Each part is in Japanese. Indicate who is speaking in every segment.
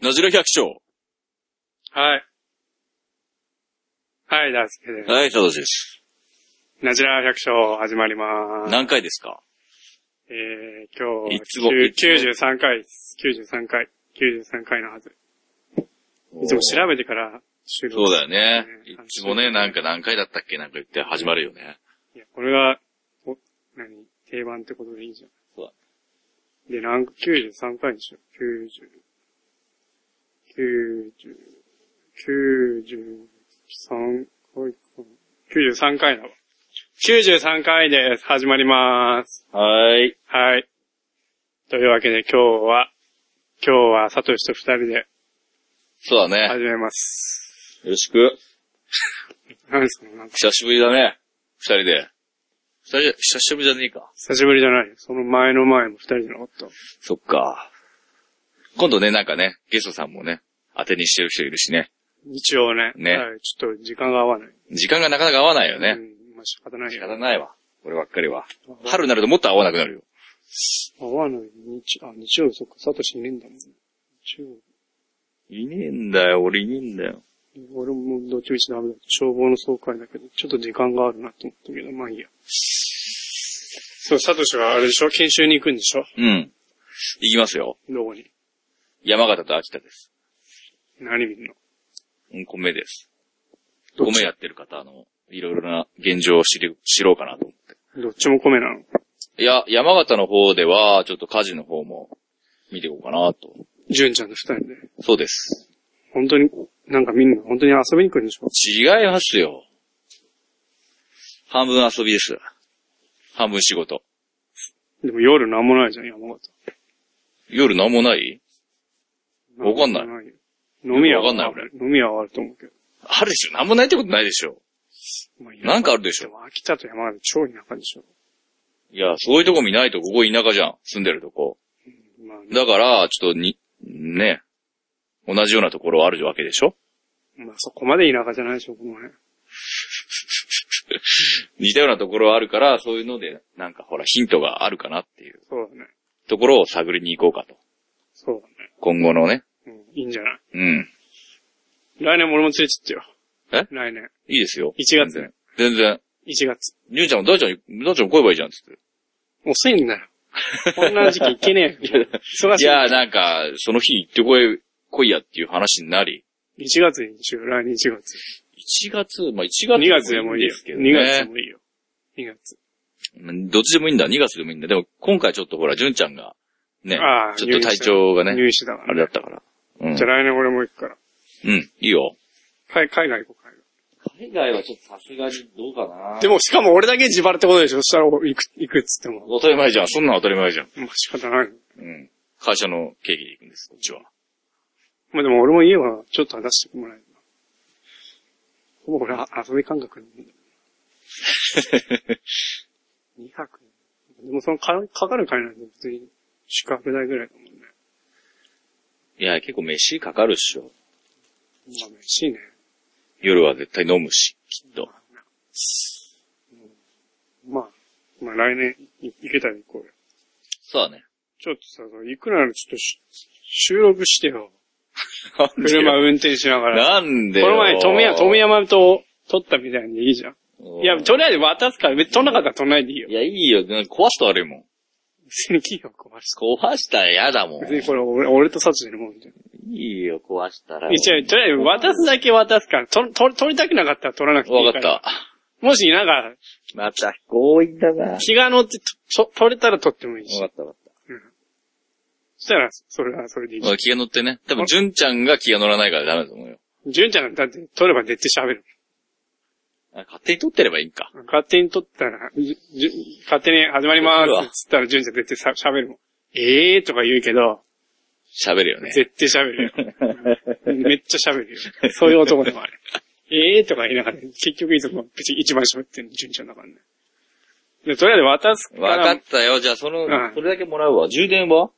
Speaker 1: ラジラ百姓。
Speaker 2: はい。はい、大好きです。
Speaker 1: はい、佐藤です。
Speaker 2: ナジラ百姓始まりまーす。
Speaker 1: 何回ですか
Speaker 2: えー、今
Speaker 1: いつもい
Speaker 2: 日、
Speaker 1: つも
Speaker 2: 93回です。93回。93回のはず。いつも調べてから収
Speaker 1: そ
Speaker 2: 録
Speaker 1: うだよね。い
Speaker 2: うん
Speaker 1: つもね、なんか何回だったっけなんか言って始まるよね。
Speaker 2: いや、これが、お、何定番ってことでいいじゃん。
Speaker 1: そうだ
Speaker 2: で、ランク93回でしょ。90、90、93回か。93回だわ。93回です。始まりまーす。
Speaker 1: はーい。
Speaker 2: はい。というわけで今日は、今日はサトシと二人で
Speaker 1: そうだね。
Speaker 2: 始めます。
Speaker 1: よろしく。
Speaker 2: 何ですかなんか
Speaker 1: 久しぶりだね。二人で。二人じゃ、久しぶりじゃねえか。
Speaker 2: 久しぶりじゃないよ。その前の前も二人じゃなかった。
Speaker 1: そっか。今度ね、なんかね、ゲストさんもね、当てにしてる人いるしね。
Speaker 2: 一応ね。
Speaker 1: ね
Speaker 2: はいちょっと時間が合わない。
Speaker 1: 時間がなかなか合わないよ
Speaker 2: う
Speaker 1: ね。
Speaker 2: ん、まあ、仕方ない
Speaker 1: 仕
Speaker 2: よ。
Speaker 1: 方ないわ。俺ばっかりは。春になるともっと合わなくなるよ。
Speaker 2: 合わない。日、あ、日曜、そっか、サトシいねえんだもん。日曜、
Speaker 1: いねえんだよ、俺いねえんだよ。
Speaker 2: 俺もどっちみちダメだ。消防の総会だけど、ちょっと時間があるなと思ったけど、まあいいや。そう、サトシはあれでしょ研修に行くんでしょ
Speaker 1: うん。行きますよ。
Speaker 2: どこに
Speaker 1: 山形と秋田です。
Speaker 2: 何見るの
Speaker 1: うん、米です。
Speaker 2: どっ
Speaker 1: 米
Speaker 2: ち
Speaker 1: やってる方の、いろいろな現状を知り、知ろうかなと思っ
Speaker 2: どっちも米なの
Speaker 1: て。いや、山形の方では、ちょっと火事の方も見ていこうかなと。
Speaker 2: 純ちゃんと二人で。
Speaker 1: そうです。
Speaker 2: 本当に、なんかみんな本当に遊びに来るんでしょ
Speaker 1: 違いますよ。半分遊びです。半分仕事。
Speaker 2: でも夜なんもないじゃん、山形。
Speaker 1: 夜なんもないわかんない
Speaker 2: んもよ。飲み屋は
Speaker 1: わかんない俺
Speaker 2: 飲み屋はあると思うけど。
Speaker 1: あるでしょなんもないってことないでしょ
Speaker 2: まあいいや
Speaker 1: なんかあるでし
Speaker 2: で
Speaker 1: ょ
Speaker 2: も秋田と山形超田舎でしょ。
Speaker 1: いや、そういうとこ見ないと、ここ田舎じゃん。住んでるとこ。
Speaker 2: まあね、
Speaker 1: だから、ちょっとに、ね、同じようなところあるわけでしょ
Speaker 2: まあそこまで田舎じゃないでしょ、この辺。
Speaker 1: 似たようなところはあるから、そういうので、なんかほら、ヒントがあるかなっていう
Speaker 2: そうだね。
Speaker 1: ところを探りに行こうかと。
Speaker 2: そう
Speaker 1: 今後のね。
Speaker 2: だね。うん、いいんじゃない
Speaker 1: うん。
Speaker 2: 来年も俺も連れてってよ。
Speaker 1: え
Speaker 2: 来年。
Speaker 1: いいですよ。
Speaker 2: 1
Speaker 1: 全
Speaker 2: 月
Speaker 1: 然。全然。
Speaker 2: 1月。
Speaker 1: りゅうちゃんも大ちゃん、大ちゃんも来ればいいじゃんっつって。
Speaker 2: 遅いんだよ。こんな時期行けねえよ。忙し
Speaker 1: い
Speaker 2: い。
Speaker 1: やー、なんか、その日行ってこい、来いやっていう話になり、
Speaker 2: 1月にしよう、来年1月。
Speaker 1: 1月、まあ1月
Speaker 2: 2月でもいいよ。
Speaker 1: ですけどね。
Speaker 2: 2月でもいいよ。2月。
Speaker 1: うんどっちでもいいんだ、2月でもいいんだ。でも今回ちょっとほら、純ちゃんが、ね
Speaker 2: あ、ー
Speaker 1: ちょっと体調がね、
Speaker 2: 入試だか
Speaker 1: あ
Speaker 2: ら
Speaker 1: れだ
Speaker 2: ね。
Speaker 1: ったから。うん。
Speaker 2: じゃあ来年俺も行くから。
Speaker 1: うん、いいよ。
Speaker 2: 海海外行こう、海外。
Speaker 1: 海外はちょっとさすがにどうかな
Speaker 2: でも、しかも俺だけ自腹ってことでしょそしたら行く、行くっつっても。
Speaker 1: 当たり前じゃん。そんなん当たり前じゃん。
Speaker 2: まあ仕方ない。
Speaker 1: うん。会社の経費で行くんです、こっちは。
Speaker 2: まあでも俺も家はちょっと話してもらえるな。ほぼ俺は遊び感 覚なんだよ。2泊。でもそのかかかる金なんて別に宿泊代ぐらいだもんね。
Speaker 1: いや、結構飯かかるっしょ。
Speaker 2: まあ嬉しいね。
Speaker 1: 夜は絶対飲むし、きっと。
Speaker 2: まあ、まあ来年い行けたら行こうよ。
Speaker 1: そうだね。
Speaker 2: ちょっとさ、行くならちょっとし収録し てよ。車運転しながら。
Speaker 1: なんで
Speaker 2: こ
Speaker 1: よ
Speaker 2: の前、富山、富山と撮ったみたいにいいじゃん。
Speaker 1: うん
Speaker 2: いや、とりあえず渡すから、別に撮んなかったら撮んないでいいよ
Speaker 1: い。や、いいよ。なんか壊した悪いもん。
Speaker 2: 別に企業壊す。
Speaker 1: 壊したら嫌だもん。
Speaker 2: 別にこれ俺、俺とサチでるもんみたい
Speaker 1: いいよ、壊したら。
Speaker 2: な。一応、とりあえず渡すだけ渡すから、と、と、撮りたくなかったら撮らなくていい
Speaker 1: わ
Speaker 2: か。
Speaker 1: からっ。た。
Speaker 2: もし、なんか、
Speaker 1: また、強引だな。わか
Speaker 2: 気が乗ってと、と撮れたら撮ってもいいし。
Speaker 1: ったわかっ
Speaker 2: そしたら、それは、それでいい
Speaker 1: た。まあ、気が乗ってね。多分、純ちゃんが気が乗らないからダメだと思うよ。
Speaker 2: 純ちゃんなんてだって、撮れば絶対喋る。
Speaker 1: あ勝手に撮ってればいいんか。
Speaker 2: 勝手に撮ったら、じゅ勝手に始まりま
Speaker 1: 撮るわ
Speaker 2: ーす。つったら、純ちゃん絶対さ喋るもん。ええーとか言うけど、
Speaker 1: 喋るよね。
Speaker 2: 絶対喋るよ。めっちゃ喋るよ。そういう男でもある。ええーとか言いながら、結局いつも別に一番喋ってるの、純ちゃんだからね。で、とりあえず渡すか
Speaker 1: わ
Speaker 2: ら、
Speaker 1: かったよ。じゃあ、その、
Speaker 2: うん
Speaker 1: それだけもらうわ。充電は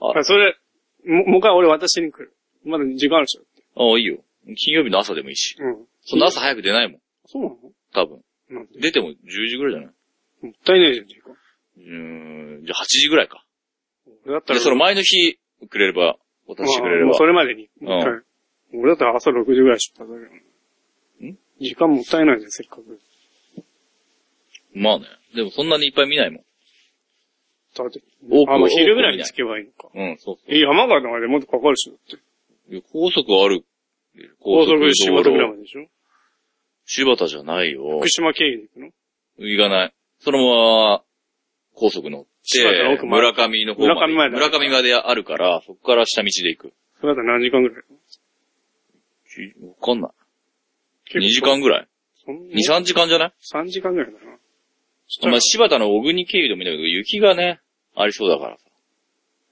Speaker 2: あそれ、ももう一回俺渡しに来る。まだ時間あるでしょ。
Speaker 1: ああ、いいよ。金曜日の朝でもいいし。
Speaker 2: うん。
Speaker 1: そんな朝早く出ないもん。
Speaker 2: そうなの
Speaker 1: 多分。
Speaker 2: なんで
Speaker 1: 出ても10時ぐらいじゃない
Speaker 2: もったいないじゃん、時間。
Speaker 1: うーん、じゃあ8時ぐらいか。
Speaker 2: 俺だった
Speaker 1: で、
Speaker 2: ら、
Speaker 1: その前の日、くれれば渡してくれれ
Speaker 2: まあも
Speaker 1: ば
Speaker 2: う。それまでに。
Speaker 1: ん
Speaker 2: はい俺だったら朝6時ぐらい出発だけど
Speaker 1: ん
Speaker 2: 時間もったいないじゃん、せっかく。
Speaker 1: まあね。でもそんなにいっぱい見ないもん。
Speaker 2: だって
Speaker 1: 多。く
Speaker 2: あ、もう昼ぐらいに着けばいいのか。
Speaker 1: うん、そう
Speaker 2: え、山形までもっとかかるし、だって。
Speaker 1: いや高速ある。
Speaker 2: 高速で
Speaker 1: 道
Speaker 2: 柴
Speaker 1: 路
Speaker 2: 田ぐらいまででしょ
Speaker 1: 柴田じゃないよ
Speaker 2: 福。島経由で行くの
Speaker 1: 行かない。そのまま、高速乗っ
Speaker 2: 柴田の
Speaker 1: て、
Speaker 2: 奥まで
Speaker 1: 村上の方まで。
Speaker 2: 村上まで
Speaker 1: 村上まであるから、そこから下道で行く。
Speaker 2: それだったら何時間ぐらい
Speaker 1: きわかんない。2時間ぐらい
Speaker 2: そんな
Speaker 1: ?2、3時間じゃない
Speaker 2: ?3 時間ぐらいだな。
Speaker 1: まあ、柴田の小国経由でもいいんだけど、雪がね、ありそうだからさ。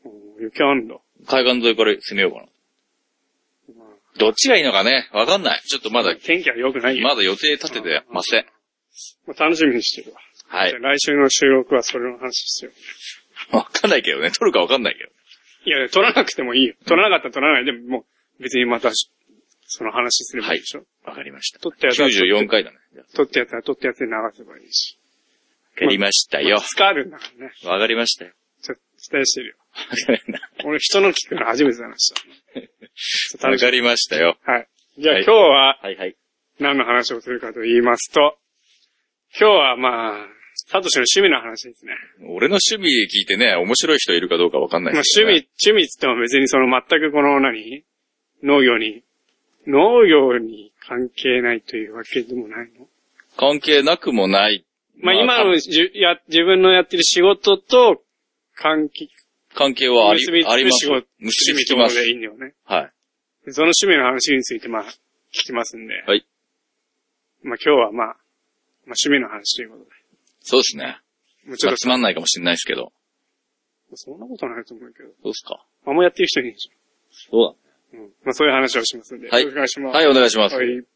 Speaker 2: うん雪あんだ。
Speaker 1: 海岸沿いから攻めようかな。
Speaker 2: まあ
Speaker 1: どっちがいいのかねわかんない。ちょっとまだ、
Speaker 2: 天気は良くないよ。
Speaker 1: まだ予定立ててません。
Speaker 2: まあ、楽しみにしてるわ。
Speaker 1: は
Speaker 2: じゃ
Speaker 1: い。
Speaker 2: あ来週の収録はそれの話しよ
Speaker 1: わかんないけどね。撮るかわかんないけど。
Speaker 2: う。いや、撮らなくてもいいよ。撮らなかったら撮らないでも、もう別にまた、その話すればいいでしょ。
Speaker 1: わかりました。
Speaker 2: 撮ったやつは撮って
Speaker 1: 94回だね。
Speaker 2: 撮ったやつは撮ったやつで流せばいいし。
Speaker 1: やりましたよ。
Speaker 2: 使あるんだからね。
Speaker 1: わかりました よ。
Speaker 2: ちょっと期待してるよ。俺人の聞くの初めて だな、した。ちょっと
Speaker 1: わ
Speaker 2: 楽しみ
Speaker 1: かりましたよ。
Speaker 2: はい。じゃあ
Speaker 1: はい
Speaker 2: 今日は
Speaker 1: はいはい。
Speaker 2: 何の話をするかと言いますと、今日はまあ、サトシの趣味の話ですね。
Speaker 1: 俺の趣味聞いてね、面白い人いるかどうかわかんない
Speaker 2: まあ、
Speaker 1: です
Speaker 2: 趣
Speaker 1: けどね
Speaker 2: 味、趣味って言っても別にその全くこの何農業に、農業に関係ないというわけでもないの
Speaker 1: 関係なくもない。
Speaker 2: まあ
Speaker 1: まあ
Speaker 2: 今のじゅや自分のやってる仕事と関係、
Speaker 1: 関係はあり
Speaker 2: 結び、つ
Speaker 1: あり
Speaker 2: く
Speaker 1: ま
Speaker 2: 仕
Speaker 1: す。
Speaker 2: 事、
Speaker 1: 結
Speaker 2: 趣味
Speaker 1: びつき
Speaker 2: とこ
Speaker 1: ま
Speaker 2: ろ
Speaker 1: す。
Speaker 2: でいいんだよね。
Speaker 1: はい。
Speaker 2: その趣味の話についてまあ聞きますんで。
Speaker 1: はい。
Speaker 2: まあ今日はまあ、まあ趣味の話ということで。
Speaker 1: そうですね。
Speaker 2: もうち
Speaker 1: ちょ
Speaker 2: ょ
Speaker 1: っと
Speaker 2: っと
Speaker 1: つまんないかもしれないですけど。
Speaker 2: そんなことないと思うけど。
Speaker 1: そうっすか。
Speaker 2: あんまやってる人いないでし
Speaker 1: そう
Speaker 2: ょ。うん。まあそういう話をしますんで。
Speaker 1: はい
Speaker 2: よろしくお願いしま
Speaker 1: だ。
Speaker 2: す。
Speaker 1: はい、お願いします。
Speaker 2: はい。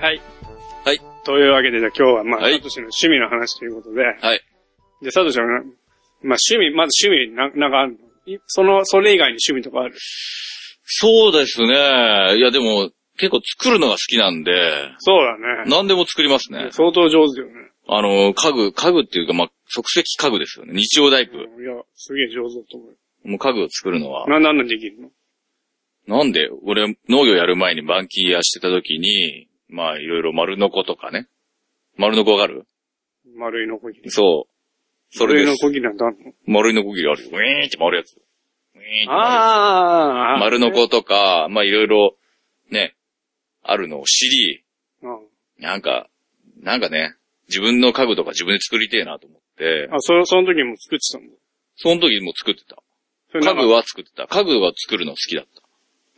Speaker 2: はい。
Speaker 1: はい。
Speaker 2: というわけで、じゃあ今日はまあ、
Speaker 1: はい
Speaker 2: サトシの趣味の話ということで。
Speaker 1: はい。
Speaker 2: じゃあサトシの、まあ趣味、まず趣味な、なんかあるのいその、それ以外に趣味とかある
Speaker 1: そうですね。いや、でも、結構作るのが好きなんで、
Speaker 2: そうだね。
Speaker 1: 何でも作りますね。
Speaker 2: 相当上手だよね。
Speaker 1: あの、家具、家具っていうか、まあ、即席家具ですよね。日曜大工。
Speaker 2: うんいや、すげえ上手だと思うよ。
Speaker 1: もう家具を作るのは。
Speaker 2: な、なんなんできるの
Speaker 1: なんで、俺、農業やる前にバンキーやしてた時に、まあ、いろいろ丸ノコとかね。丸ノコわかる
Speaker 2: 丸いのこぎり。
Speaker 1: そう。それ
Speaker 2: 丸い
Speaker 1: で
Speaker 2: の
Speaker 1: す。
Speaker 2: こぎりなんてあるの
Speaker 1: 丸いノコ切りあるよ。ウィーンって回るやつ。ウィーンって回る
Speaker 2: ああ。
Speaker 1: 丸ノ。コとか、まあ、いろいろ、ね、あるのを知り、
Speaker 2: あ、
Speaker 1: なんか、なんかね、自分の家具とか自分で作りてえなと思って、
Speaker 2: そ、その時も作ってたんだ。
Speaker 1: その時もう作ってた。
Speaker 2: それな
Speaker 1: 家
Speaker 2: んか
Speaker 1: 具は作ってた。家具は作るの好きだった。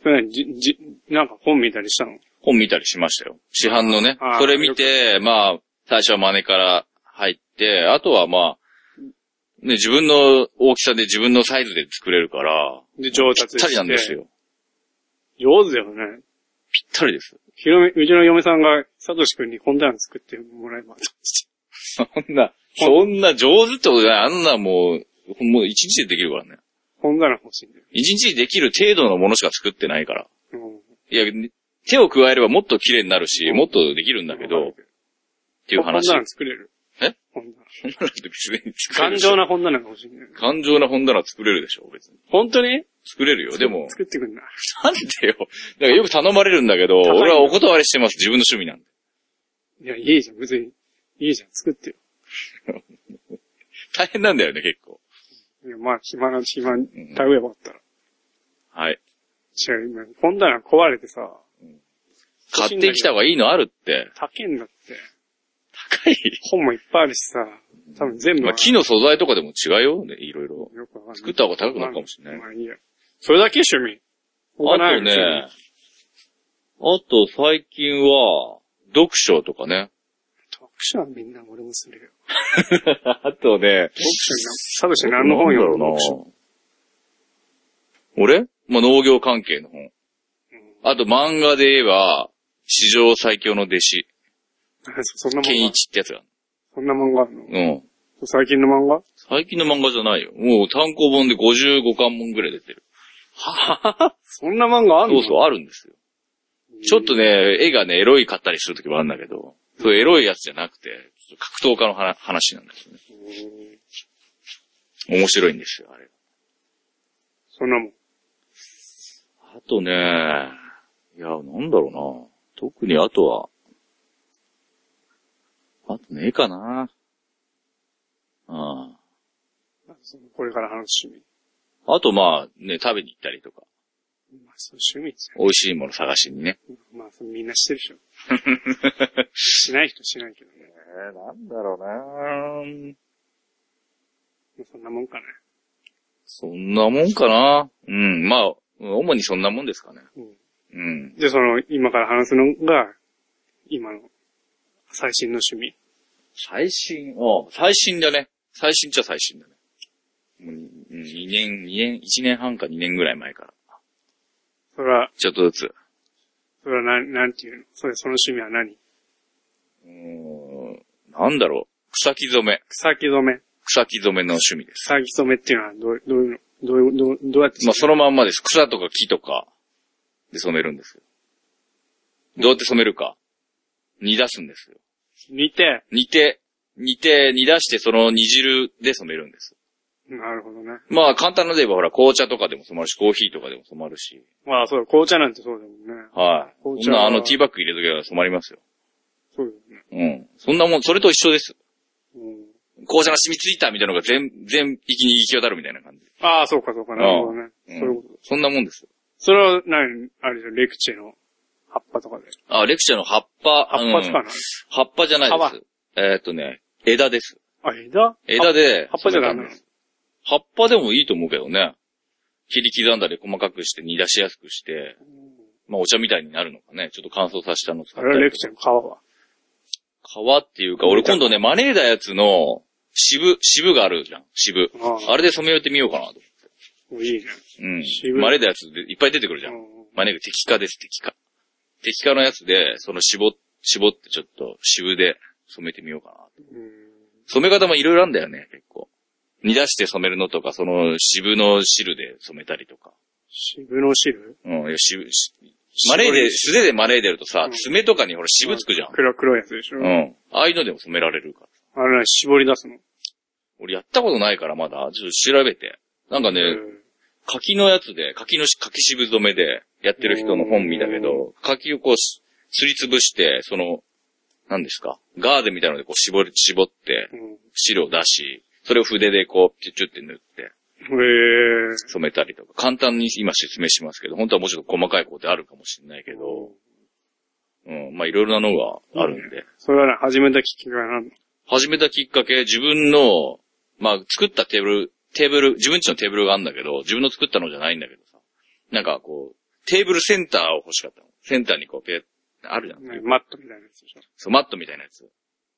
Speaker 2: それ何じ、じ、なんか本見たりしたの
Speaker 1: 本見たりしましたよ。市販のね
Speaker 2: あ。ー
Speaker 1: それ見て、まあ、最初は真似から入って、あとはまあ、ね、自分の大きさで自分のサイズで作れるから、
Speaker 2: で、上達して。
Speaker 1: ぴったりなんです。よ。
Speaker 2: 上手だよね。
Speaker 1: ぴったりです。
Speaker 2: ひろみ、うちの嫁さんが、さとしくんに本棚作ってもらえば。
Speaker 1: そんな、そんな上手ってことじゃない。あんなもう、もう一日でできるからね。
Speaker 2: 本棚欲しいんだよ。
Speaker 1: 一日でできる程度のものしか作ってないから。
Speaker 2: うん。
Speaker 1: いや、手を加えればもっと綺麗になるし、もっとできるんだけど、っ
Speaker 2: って
Speaker 1: いう話。
Speaker 2: 本
Speaker 1: なん
Speaker 2: 棚作れる。
Speaker 1: え
Speaker 2: 本棚。
Speaker 1: だって別 に作れる
Speaker 2: 頑
Speaker 1: でしょ
Speaker 2: 丈。な本棚が欲しいんだよ。
Speaker 1: 頑丈な本棚作れるでしょ、別に。
Speaker 2: 本当に
Speaker 1: 作れるよ。で も、
Speaker 2: 作ってくんな。
Speaker 1: なんでよ。だからよく頼まれるんだけど、
Speaker 2: 高いんだ
Speaker 1: 俺はお断りしてます。自分の趣味なんで。
Speaker 2: いや、いいじゃん、別に。いいじゃん、作ってよ。
Speaker 1: 大変なんだよね、結構。
Speaker 2: いや、まあ、暇な、暇、食べればあったら。
Speaker 1: はい。
Speaker 2: 違う、今、本棚壊れてさ、欲し
Speaker 1: 買
Speaker 2: い
Speaker 1: っ
Speaker 2: んだけ
Speaker 1: て
Speaker 2: ど
Speaker 1: きた方がいいのあるって。
Speaker 2: 高えんだって。
Speaker 1: 高い。
Speaker 2: 本もいっぱいあるしさ、多分全部、
Speaker 1: まあ、木の素材とかでも違うよ、ね、いろいろ。
Speaker 2: よくわかんない。
Speaker 1: 作った方が高くなるかもしれない
Speaker 2: まあいいや。それだけ趣味。他な
Speaker 1: あ
Speaker 2: い
Speaker 1: とね、あと最近は、読書とか ね。
Speaker 2: 特殊はみんな俺もするよ。
Speaker 1: あとね、
Speaker 2: 読書な、サブシ何の本読むの読書
Speaker 1: 俺まあ、農業関係の本。あと漫画で言えば、史上最強の弟子、
Speaker 2: そそんな
Speaker 1: ケン
Speaker 2: 漫
Speaker 1: イ
Speaker 2: 画
Speaker 1: チってやつがあ
Speaker 2: そんな漫画あるの
Speaker 1: る。うん。
Speaker 2: 最近の漫画
Speaker 1: 最近の漫画じゃないよ。もう単行本で55巻本ぐらい出てる。
Speaker 2: そんな漫画あん
Speaker 1: そ
Speaker 2: の
Speaker 1: うそう、あるんですよ。ちょっとね、絵がね、エロいかったりするときもあるんだけど、そう、エロいやつじゃなくて、ちょっと格闘家の話話なんですよね。
Speaker 2: うん
Speaker 1: 面白いんですよ、あれ。
Speaker 2: そんなもん。
Speaker 1: あとね、いや、なんだろうな。特にあとは、あとねえかな。あ
Speaker 2: なんかそのこれから話す趣
Speaker 1: あ。あとまあ、ね、食べに行ったりとか、
Speaker 2: 味。まあ、そう趣味じゃ
Speaker 1: 美味しいもの探しにね。
Speaker 2: ん。まあ、そのみんなしてるで しょ。しない人しないけどね。
Speaker 1: えなんだろうな。
Speaker 2: まあそんなもんかね。
Speaker 1: そんなもんかな。うん、まあ、主にそんなもんですかね。
Speaker 2: うん
Speaker 1: うん。
Speaker 2: じゃあ、その、今から話すのが、今の、最新の趣味。
Speaker 1: 最新あ最新だね。最新っちゃ最新だね。もう2年、2年、1年半か2年ぐらい前から。
Speaker 2: それは、
Speaker 1: ちょっとずつ。
Speaker 2: それはなん、なんていうのそれ、その趣味は何
Speaker 1: うーんなんだろう。草木染め。
Speaker 2: 草木染め。
Speaker 1: 草木染めの趣味です。
Speaker 2: 草木染めっていうのは、どう、どういうのどういう、どう、どうやって、
Speaker 1: まあ、そのまんまです。草とか木とかで染めるんですよ。どうやって染めるか。煮出すんですよ。
Speaker 2: 見て、
Speaker 1: 煮て、煮て、煮出してその煮汁で染めるんです。
Speaker 2: なるほどね。
Speaker 1: まあ簡単なので言えばほら、紅茶とかでも染まるし、コーヒーとかでも染まるし。
Speaker 2: まあ、そうだ、紅茶なんてそうだもんね。
Speaker 1: はい。こ
Speaker 2: 紅
Speaker 1: ん
Speaker 2: 茶
Speaker 1: なあのティーバッグ入れとけば染まりますよ。
Speaker 2: そうだよね。
Speaker 1: うん。そんなもん、それと一緒です。
Speaker 2: うん。
Speaker 1: 紅茶が染みついたみたいなのが全、全域に行き渡るみたいな感じ。
Speaker 2: ああ、そうか、そうか、なるほどね。
Speaker 1: う
Speaker 2: そ
Speaker 1: ん
Speaker 2: ういうこと。
Speaker 1: そんなもんですよ。
Speaker 2: それは何、あれじゃん、レクチェの葉っぱとかで。
Speaker 1: あ、レクチャーの葉っぱ。
Speaker 2: 葉っぱつか
Speaker 1: うん
Speaker 2: ない。
Speaker 1: 葉っぱじゃないです。えーっとね、枝です。
Speaker 2: あ、枝
Speaker 1: 枝
Speaker 2: で。
Speaker 1: で。
Speaker 2: 葉っぱじゃダメ
Speaker 1: 染めたんです葉っぱでもいいと思うけどね。切り刻んだり細かくして煮出しやすくして、まあお茶みたいになるのかね。ちょっと乾燥させたの使
Speaker 2: あ
Speaker 1: っ
Speaker 2: れは
Speaker 1: た
Speaker 2: レ
Speaker 1: り
Speaker 2: ク
Speaker 1: とか。
Speaker 2: チェの皮は。
Speaker 1: 皮っていうか、俺今度ね、招いたやつの渋、渋があるじゃん。渋。
Speaker 2: ああ、
Speaker 1: あれで染めてみようかなと。
Speaker 2: もういいね。
Speaker 1: うん。
Speaker 2: 渋い
Speaker 1: 招いたやつでいっぱい出てくるじゃん。
Speaker 2: うん
Speaker 1: まあね、敵化です、敵化。敵化のやつで、その絞っ、絞ってちょっと渋で染めてみようかな。
Speaker 2: うん
Speaker 1: 染め方もいろいろあるんだよね、結構。煮出して染めるのとか、その渋の汁で染めたりとか。
Speaker 2: 渋の汁
Speaker 1: うん、いや渋、しマレーで、素手でマレーでるとさ
Speaker 2: う、ん
Speaker 1: 爪とかにほら渋つくじゃん。
Speaker 2: 黒、黒いやつでしょ
Speaker 1: う。ん。ああいうのでも染められるから。
Speaker 2: あれは絞り出すの。
Speaker 1: 俺やったことないからまだ、ちょっと調べて。なんかね、
Speaker 2: うん
Speaker 1: 柿のやつで、柿のし、柿渋染めでやってる人の本見たけど、柿をこうす、すりつぶして、その、何ですかガーゼみたいなのでこう絞り、絞って、
Speaker 2: うん。
Speaker 1: 汁を出し、それを筆でこう、チュッチュって塗って、
Speaker 2: へえ。
Speaker 1: 染めたりとか、簡単に今説明しますけど、本当はもうちょっと細かい工程あるかもしれないけど、うん、まあいろいろなのがあるんで、
Speaker 2: それはね、始めたきっかけは何
Speaker 1: 始めたきっかけ、自分の、まあ、作ったテーブル、テーブル、自分ちのテーブルがあるんだけど、自分の作ったのじゃないんだけどさ。なんかこう、テーブルセンターを欲しかったの。センターにこう、ペッ、あるじゃん。
Speaker 2: ねマットみたいなやつでしょ。
Speaker 1: そう、マットみたいなやつ。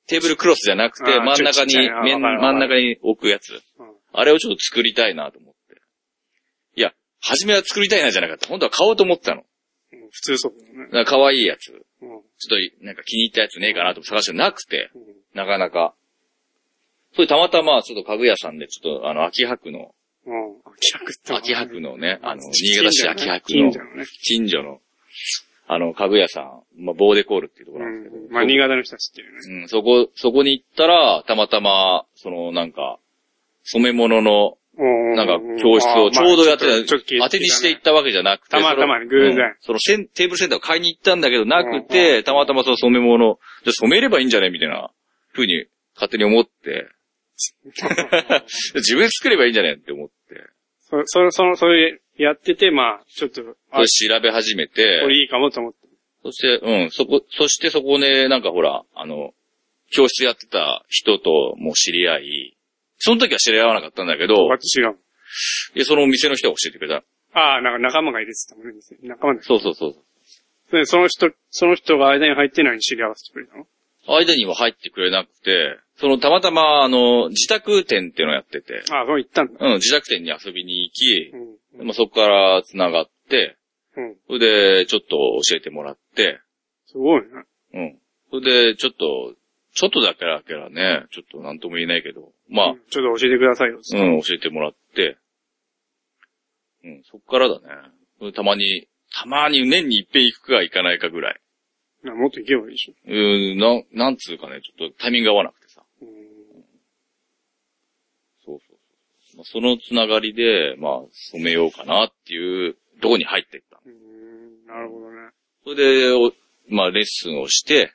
Speaker 1: テーブルクロスじゃなくて、
Speaker 2: あー
Speaker 1: 真ん中
Speaker 2: ちっちゃい
Speaker 1: に、
Speaker 2: あー
Speaker 1: 面
Speaker 2: わかるわか
Speaker 1: 真
Speaker 2: る
Speaker 1: ん中に置くやつ。
Speaker 2: うん
Speaker 1: あれをちょっと作りたいなと思って。いや、初めは作りたいなじゃなかった。本当は買おうと思ってたの。
Speaker 2: うん普通そうだよね。
Speaker 1: なんか可愛いやつ。
Speaker 2: うんうん
Speaker 1: ちょっと、なんか気に入ったやつねえかなと思って探してなくて。なかなか。それたまたま、ちょっと家具屋さんで、ちょっと、あの、秋白の、
Speaker 2: うん。秋白ってのはね
Speaker 1: 秋白のね、あの、
Speaker 2: 近
Speaker 1: 新
Speaker 2: 所
Speaker 1: 潟
Speaker 2: ね
Speaker 1: 市秋白
Speaker 2: 近
Speaker 1: の
Speaker 2: 所、のね。
Speaker 1: 近所の、あの、家具屋さん、まあ、ボーデコールっていうところなんですけ
Speaker 2: う
Speaker 1: ど、
Speaker 2: ん。まあ、新潟の人は知ってるよね。
Speaker 1: うん、そこ、そこに行ったら、たまたま、その、なんか、染め物の、な
Speaker 2: なん
Speaker 1: か、教室をちょうどやってた、当てにしていったわけじゃなくて、
Speaker 2: たまたまね
Speaker 1: そのう
Speaker 2: 偶然
Speaker 1: んそのセンテーブルセンターを買いに行ったんだけど、なくて、たまたまその染め物、じゃあ染めればいいんじゃねみたいな、ふうに、勝手に思って、自分で作ればいいんじゃねって思って、
Speaker 2: そ、そ、その、それやってて、まあ、ちょっと、あ
Speaker 1: それ、調べ始め
Speaker 2: こ
Speaker 1: て、
Speaker 2: れいいかもと思って。
Speaker 1: そして、うん、そこ、そしてそこね、なんかほら、あの、教室やってた人とも知り合い、その時は知り合わなかったんだけど、
Speaker 2: 私が。
Speaker 1: でそのお店の人が教えてくれた。
Speaker 2: ああ、なんか仲間がいるって言ったもんね。仲間で
Speaker 1: そうそうそう。
Speaker 2: で、その人、その人が間に入ってないに知り合わせてくれたの
Speaker 1: 間には入ってくれなくて、そのたまたま、あの、自宅店っていうのをやってて、
Speaker 2: ああ、そう言ったんだ。
Speaker 1: うん、自宅店に遊びに行き
Speaker 2: う、ん。
Speaker 1: でまあ、そこから繋がって、
Speaker 2: うん。
Speaker 1: それで、ちょっと教えてもらって、
Speaker 2: すごいね。
Speaker 1: うん。それで、ちょっと、ちょっとだけだけらね、ちょっとなんとも言えないけど、まあ
Speaker 2: う、んちょっと教えてくださいよ。
Speaker 1: うん、教えてもらって、うん、そっからだね。たまに、たまに年に一遍行くか行かないかぐらい。
Speaker 2: なもっと行けばいいでしょ。
Speaker 1: うん、なん、なんつうかね、ちょっとタイミング合わなくてさ。
Speaker 2: うん
Speaker 1: そうそうそう。まあ、そのつながりで、まあ、染めようかなっていう、とこに入っていった。
Speaker 2: うん。なるほどね。
Speaker 1: それで、おまあ、レッスンをして、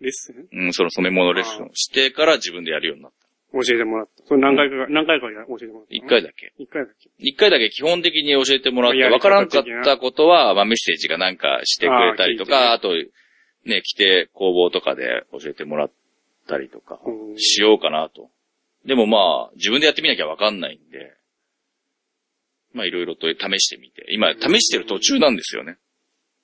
Speaker 2: レッスン
Speaker 1: うん、その染め物レッスンをしてから自分でやるようになった。
Speaker 2: 教えてもらった。それ何回か、何回かや教えてもらった。
Speaker 1: 一。回だけ。
Speaker 2: 一回だっけ
Speaker 1: 一回だけ基本的に教えてもらっ
Speaker 2: まあ
Speaker 1: て、
Speaker 2: やり
Speaker 1: わ
Speaker 2: 方
Speaker 1: からんかったことは、まあメッセージがなんかしてくれたりとか、あ
Speaker 2: あ
Speaker 1: と、ね、来て工房とかで教えてもらったりとか
Speaker 2: うん、
Speaker 1: しようかなと。でもまあ、自分でやってみなきゃわかんないんで、まあいろいろと試してみて、今試してる途中なんですよね。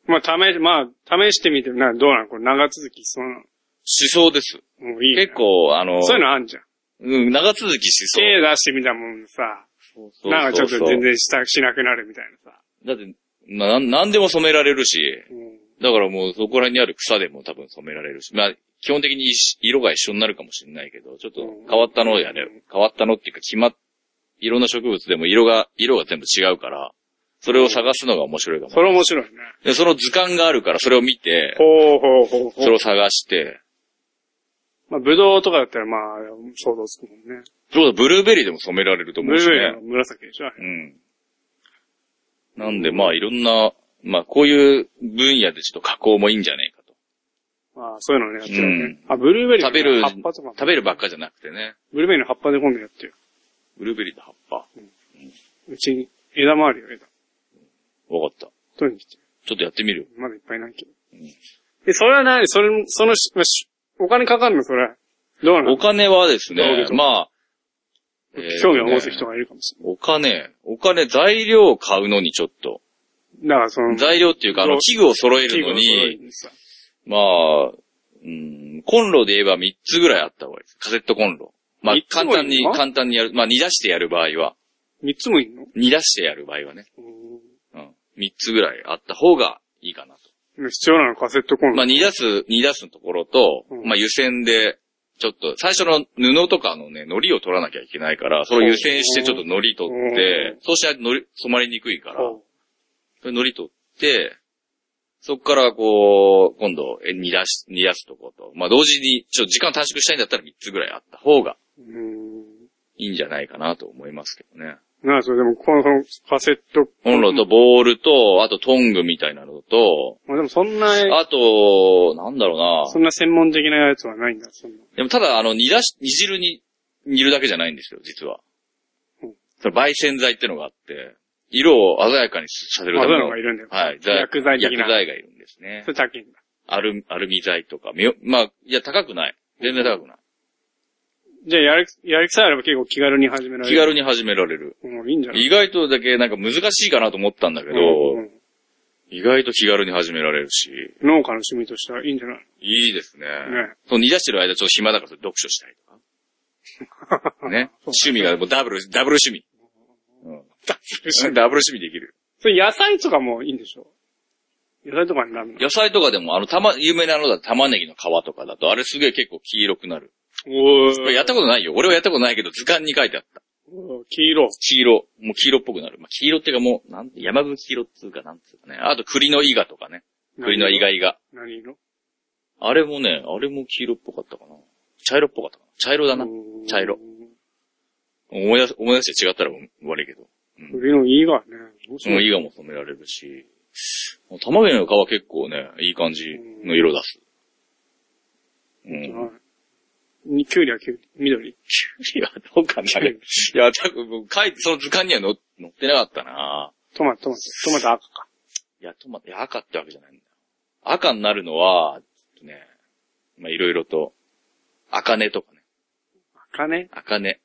Speaker 2: まあ、試し、まあ、試してみて、な、どうなのこれ長続きしそうな
Speaker 1: 思想です。
Speaker 2: の。もういい、ね。
Speaker 1: 結。構、あの、
Speaker 2: そういうのあんじゃん。
Speaker 1: うん、長続きしそう
Speaker 2: 手出してみたもんさ、
Speaker 1: そうそうそう。
Speaker 2: なんかちょっと全然した、しなくなるみたいなさ。
Speaker 1: だって、な、なんでも染められるし、
Speaker 2: うん。
Speaker 1: だからもうそこら辺にある草でも多分染められるし、まあ基本的に一緒色が一緒になるかもしれないけど、ちょっと変わったのをやれ
Speaker 2: うん
Speaker 1: 変わったのっていうか決まっ、いろんな植物でも色が、色が全部違うから、それを探すのが面白いかも。
Speaker 2: それ面白いね。
Speaker 1: でその図鑑があるからそれを見て、
Speaker 2: ほうほうほうほ
Speaker 1: そうれを。探して、
Speaker 2: まあ、ブドウとかだったら、まあ、想像つくもんね。
Speaker 1: そうだ、ブルーベリーでも染められると思
Speaker 2: ブ
Speaker 1: う
Speaker 2: ル
Speaker 1: し
Speaker 2: ーベリーの
Speaker 1: ね。
Speaker 2: 紫でしょ、あれ
Speaker 1: うん。なんでまあいろんな、まあこういう分野でちょっと加工もいいんじゃねえかと。
Speaker 2: まあ、そういうのね、やってるわね。
Speaker 1: う
Speaker 2: あ、ブルーベリーの
Speaker 1: 食べる
Speaker 2: 葉っぱとかも。
Speaker 1: 食べるばっかじゃなくてね、
Speaker 2: ブルーベリーの葉っぱで今度やってよ。
Speaker 1: ブルーベリーと葉っぱ。
Speaker 2: うちに、枝もあるよ、枝。
Speaker 1: わかった。
Speaker 2: 取りに来て。
Speaker 1: ちょっとやってみるよ。
Speaker 2: まだいっぱいないけど
Speaker 1: うん。
Speaker 2: え、それは何それ、そのし、まあしお金かかるのそれ。どうなの
Speaker 1: お金はです
Speaker 2: どういう
Speaker 1: ね
Speaker 2: こ、と
Speaker 1: まあ、
Speaker 2: 興味を持つ
Speaker 1: え
Speaker 2: 人
Speaker 1: ーとね
Speaker 2: がいるかもしれ
Speaker 1: お金、お金、材料を買うのにちょっと。
Speaker 2: ない。だからその、
Speaker 1: 材料っていうか、あの、器具を揃えるの
Speaker 2: 器
Speaker 1: に、
Speaker 2: 具のさ
Speaker 1: まあ、うん、コンロで言えば3つぐらいあった方がいいです。カセットコンロ。まあ
Speaker 2: 三、つ
Speaker 1: 簡
Speaker 2: もい
Speaker 1: 単
Speaker 2: る
Speaker 1: に
Speaker 2: の、
Speaker 1: 簡単にやる。まあ、煮出してやる場合は。
Speaker 2: 三つもいんの
Speaker 1: 煮出してやる場合はね。
Speaker 2: う
Speaker 1: うん。3つぐらいあった方がいいかなと。
Speaker 2: ん必要なのカセットコンロ。
Speaker 1: まあ、煮出す、煮出すところと
Speaker 2: う、ん
Speaker 1: まあ、湯煎で、ちょっと、最初の布とかのね、糊を取らなきゃいけないから、それを湯煎してちょっと糊取って
Speaker 2: う、
Speaker 1: そうしないと糊、染まりにくいから、
Speaker 2: ほ
Speaker 1: それ海苔取って、そこからこう、今度、え煮出し、煮出すとこと。まあ、同時に、ちょっと時間短縮したいんだったら3つぐらいあった方が
Speaker 2: ううん。
Speaker 1: いいんじゃないかなと思いますけどね。
Speaker 2: なあ、それでも、この、このカセット
Speaker 1: コンロと。ボールと、あとトングみたいなのと、
Speaker 2: まあでもそんな、
Speaker 1: あと、なんだろ
Speaker 2: そう
Speaker 1: な。
Speaker 2: んな専門的なやつはないんだ、そんな。
Speaker 1: でもただ、あの、煮出し、煮汁に煮るだけじゃないんですよ、実は
Speaker 2: うん。
Speaker 1: その焙煎剤ってのがあって、色を鮮やかにさせる
Speaker 2: あ、
Speaker 1: た
Speaker 2: そ
Speaker 1: め
Speaker 2: うい
Speaker 1: の
Speaker 2: うの、がいるんだよ。
Speaker 1: はい、
Speaker 2: 薬剤的な
Speaker 1: 薬剤がいるんですね。
Speaker 2: それ高いんだ。
Speaker 1: アル、アルミ材とか、みよまあ、いや、高くない。全然高くない。
Speaker 2: じゃあ、やる、やる気さえあれば結構気軽に始められる。
Speaker 1: 気軽に始められる。
Speaker 2: 軽。もういいんじゃない
Speaker 1: 意外とだけなんか難しいかなと思ったんだけど、
Speaker 2: うんうん
Speaker 1: 意外と気軽に始められるし、
Speaker 2: 農家の趣味としてはいいんじゃない
Speaker 1: いいですね。
Speaker 2: ね
Speaker 1: その煮出してる間ちょっと暇だからそれ読書したりと か。ね。趣味がもうダブル、ダブル趣味。うん、ダブル趣味できる。
Speaker 2: それ野菜とかもいいんでしょ野菜とかになるの
Speaker 1: 野菜とかでも、あの、たま、有名なのだと玉ねぎの皮とかだと、あれすげえ結構黄色くなる。
Speaker 2: お
Speaker 1: これやったことないよ。俺はやったことないけど、図鑑に書いてあった。
Speaker 2: お黄色。
Speaker 1: 黄色、もう黄色っぽくなる。まあ、黄色っていうかもう、なん山吹黄色っつうかなんつうかね。あと栗のイガとかね。栗のイガイガ。
Speaker 2: 何色
Speaker 1: あれもね、あれも黄色っぽかったかな。茶色っぽかったかな。茶色だな。
Speaker 2: うん
Speaker 1: 茶色。思い出す、思い出して違ったら悪いけど。
Speaker 2: 栗のイガね。どうし
Speaker 1: そのイ
Speaker 2: よ
Speaker 1: ガも染められるし。玉ねぎの皮結構ね、いい感じの色出す。う。
Speaker 2: うんに、キュウリはキュウリ。緑。
Speaker 1: いや、どうかな。いや、多分、書いて、その図鑑にはの載ってなかったな
Speaker 2: トマト、トマト。トマト赤か。
Speaker 1: いや、トマト、いや、赤ってわけじゃないんだよ。赤になるのは、ちょっとね、まあ、いろいろと、赤根とかね、
Speaker 2: 赤ね。
Speaker 1: 赤根。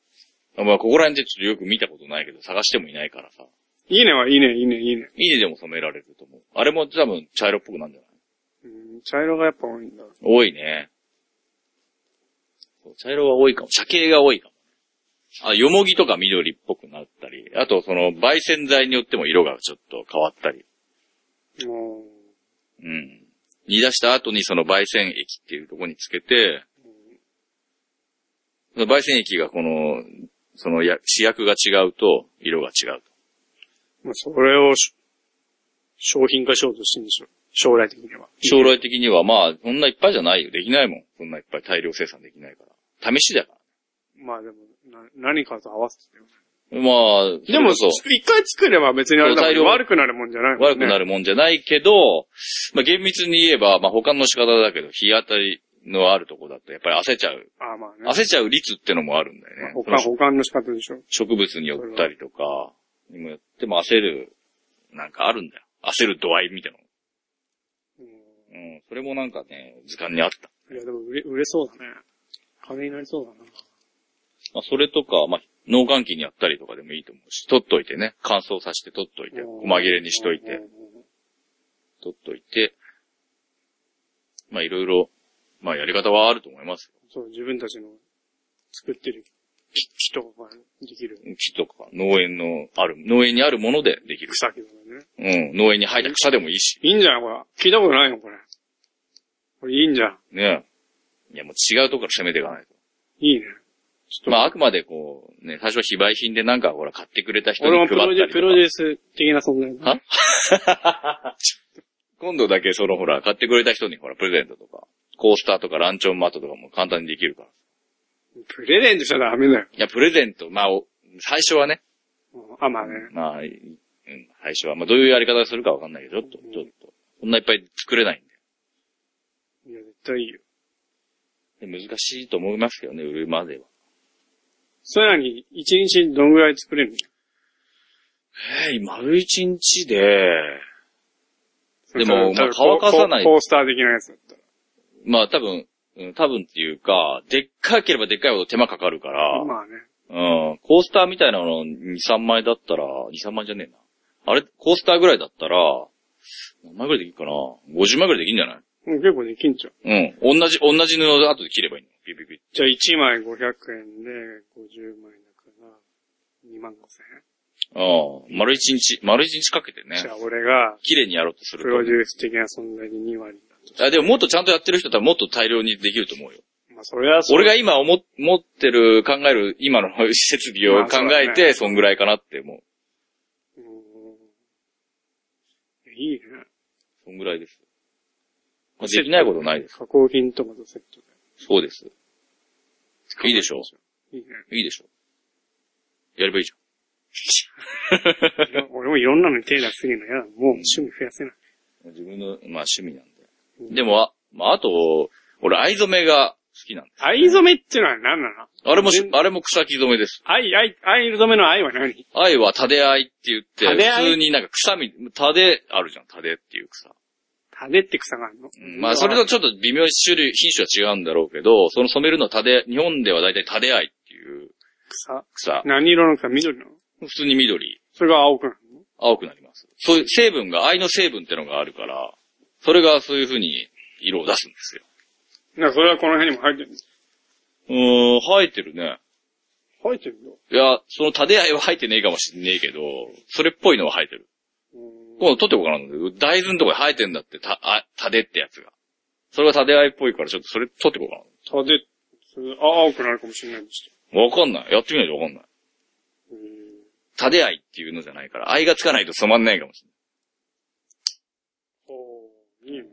Speaker 1: まあ、ここら辺でちょっとよく見たことないけど、探してもいないからさ。
Speaker 2: いいねはいいね、いいね、いいね。
Speaker 1: いいねでも染められると思う。あれも多分茶色っぽくなんじゃない
Speaker 2: うん茶色がやっぱ多いんだ。
Speaker 1: 多いね。そう茶色は多いかも。茶系が多いかも。あ、よもぎとか緑っぽくなったり、あと、その、焙煎剤によっても色がちょっと変わったり。
Speaker 2: おー
Speaker 1: うん。煮出した後にその焙煎液っていうところにつけて、その焙煎液がこの、そのや、試薬が違うと、色が違うと。
Speaker 2: まあ、それをし、商品化しようとしてるんでしょ。将来的には。
Speaker 1: 将来的にはまあ、そんないっぱいじゃないよ。できないもん。そんないっぱい大量生産できないから。試しだか
Speaker 2: まあでも、な、何かと合わせて。
Speaker 1: ら。まあ、
Speaker 2: でも、
Speaker 1: それこそ
Speaker 2: 一回作れば別にあれだもんね
Speaker 1: そう
Speaker 2: 悪くなるもんじゃないもんね。
Speaker 1: 悪くなる
Speaker 2: る。
Speaker 1: もんじゃないけど、まあ厳密に言えば、まあ保管の仕方だけど、日当たりのあるとこだと、やっぱり焦っちゃう。
Speaker 2: ああまあね。
Speaker 1: 焦っちゃう率ってのもあるんだよね。
Speaker 2: 保管、保管の仕方でしょ。
Speaker 1: 植物によったりとか、にもよっても焦る、なんかあるんだよ。焦る度合いみたいなの。
Speaker 2: うん
Speaker 1: うん。それもなんかね、図鑑にあった。
Speaker 2: いや、でも売れ、売れそうだね。金になりそうだな。
Speaker 1: まあ、それとか、まあ、農閑期にやったりとかでもいいと思うし、取っといてね、乾燥させて取っといて、
Speaker 2: うん
Speaker 1: 細切れにしといて
Speaker 2: う、ん
Speaker 1: 取っといて、まあ、いろいろ、まあ、やり方はあると思います
Speaker 2: そう、自分たちの作ってる木木とかができる
Speaker 1: よ。木とか、農園のある、農園にあるものでできる。
Speaker 2: 草木とかね。
Speaker 1: うん。農園に生えた草でもいいし、
Speaker 2: いいんじゃないこれ。聞いたことないのこれ。これいいんじゃん。
Speaker 1: ね。いや、もう違うとこから攻めていかないと。
Speaker 2: いいね。ちょっと、
Speaker 1: まあ、あくまでこう、ね、最初は非売品でなんかほら買ってくれた人に配
Speaker 2: 俺
Speaker 1: っ
Speaker 2: もプ
Speaker 1: たりと
Speaker 2: ロデュ
Speaker 1: か。
Speaker 2: プロデュース的な存在だね。
Speaker 1: は今度だけそのほら、買ってくれた人にほら、プレゼントとか、コースターとかランチョンマットとかも簡単にできるから。
Speaker 2: プレゼントしちゃダメだよ。
Speaker 1: いや、プレゼント、まあ、お最初はね、
Speaker 2: あ、まあね。
Speaker 1: まあ、いうん、最初は、まあ、どういうやり方をするかわかんないけど、ちょっと、
Speaker 2: うん
Speaker 1: ちょっと、そんないっぱい作れないん
Speaker 2: いや、絶対いいよ。
Speaker 1: で。で難しいと思いますけどね、売るまでは。
Speaker 2: それなのに、一日どんぐらい作れるの
Speaker 1: ええ丸一日で、でも
Speaker 2: それ
Speaker 1: まあ乾かさない
Speaker 2: コーコースター的なやつだったら。
Speaker 1: まあ、多分、うん多分っていうか、でっかければでっかいほど手間かかるから、
Speaker 2: まあね。
Speaker 1: うん。コースターみたいなの2、3枚だったら、2、3枚じゃねえな。あれ、コースターぐらいだったら、何枚ぐらいできるかな ?50 枚ぐらいできるんじゃ
Speaker 2: うん結構できんじゃん。
Speaker 1: ないうん。同じ、同じ布で後で切ればいいの。ピュピュピュ。
Speaker 2: じゃあ1枚500円で50枚だから、2万5千
Speaker 1: ああ、丸一日、丸一日かけて
Speaker 2: 円。じ
Speaker 1: ね
Speaker 2: ゃ。あ俺が、
Speaker 1: 綺麗にやろうとする
Speaker 2: プロデ
Speaker 1: と。
Speaker 2: ュース的な存在に2割だ
Speaker 1: あでももっとちゃんとやってる人だったらもっと大量にできると思うよ。
Speaker 2: と。まあそれはそう
Speaker 1: 俺が今思、持ってる、考える、今の設備を考
Speaker 2: まあそう
Speaker 1: え
Speaker 2: だね
Speaker 1: て、そんぐらいかなって思う。
Speaker 2: うんいいね。
Speaker 1: そんぐらいです。まあできないことないです。
Speaker 2: 加工品とかとセット
Speaker 1: そうです。
Speaker 2: で。
Speaker 1: いいでしょ
Speaker 2: いいね。
Speaker 1: いいでしょ。やればいいじ
Speaker 2: いや俺もいろんなのに手出しすぎるの嫌だ。もう趣味増やせない。
Speaker 1: ゃん。自分の、まあ趣味なん
Speaker 2: うん
Speaker 1: で。でも、あ、まああと、俺、藍染めが好きなんで
Speaker 2: 藍染めってのは何なの
Speaker 1: す。あれもし
Speaker 2: 全、
Speaker 1: あれも草木染めです。
Speaker 2: 藍、藍、藍染めの藍は何
Speaker 1: 藍はタデ藍って言って、
Speaker 2: タデ藍
Speaker 1: 普通になんか草み、タデあるじゃん、タデっていう草。
Speaker 2: 種って草があるの、
Speaker 1: うんまあ、それとちょっと微妙に種類、品種は違うんだろうけど、その染めるのはタデ、日本では大体タデ藍っていう
Speaker 2: 草。
Speaker 1: 草。
Speaker 2: 何色の草緑なの
Speaker 1: 普通に緑、
Speaker 2: それが青くなるの
Speaker 1: 青くなります。そういう成分が、藍の成分ってのがあるから、それがそういう風に色を出すんですよ。
Speaker 2: なんかそれはこの辺にも入ってるの
Speaker 1: うーん、生えてるね。
Speaker 2: 入ってるよ。
Speaker 1: いや、そのタデアイは生えてねえかもしんねえけど、それっぽいのは生えてる。
Speaker 2: うん
Speaker 1: 今度取ってこうかな。大豆のとこに生えてんだって、た、あ、タデってやつが。それがタデアイっぽいから、ちょっとそれ取ってこうか
Speaker 2: 種、それ青くなるかもしれないんです
Speaker 1: な。わかんない。やってみないとわかんない。
Speaker 2: よ。
Speaker 1: タデアイっていうのじゃないから、愛がつかないと染まんないかもしれない。
Speaker 2: おー、いいね。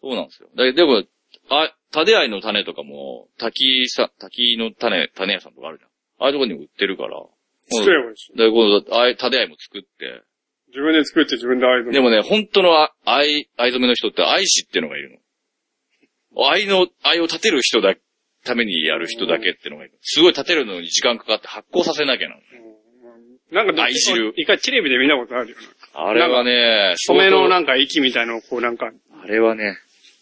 Speaker 1: そうなんですよ。だけど、でも、あ、タデアイの種とかも、滝さ、滝の種、種屋さんとかあるじゃん。ああいうとこにも売ってるから。
Speaker 2: 作ればいいし。
Speaker 1: で、今度、あいタデアイも作って。
Speaker 2: 自分で作って自分で藍染め。
Speaker 1: でもね、本当のあ愛、愛染めの人って愛師ってのがいるの。愛の、愛を立てる人だ、ためにやる人だけってのがいる。すごい立てるのに時間かかって発酵させなきゃなの。
Speaker 2: うんなんかどっちも
Speaker 1: 藍汁
Speaker 2: 一回テレビで見たことあるよな。
Speaker 1: あれはね、
Speaker 2: 染めの
Speaker 1: 相
Speaker 2: なんか息みたいのをこうなんか、
Speaker 1: 当あれはね、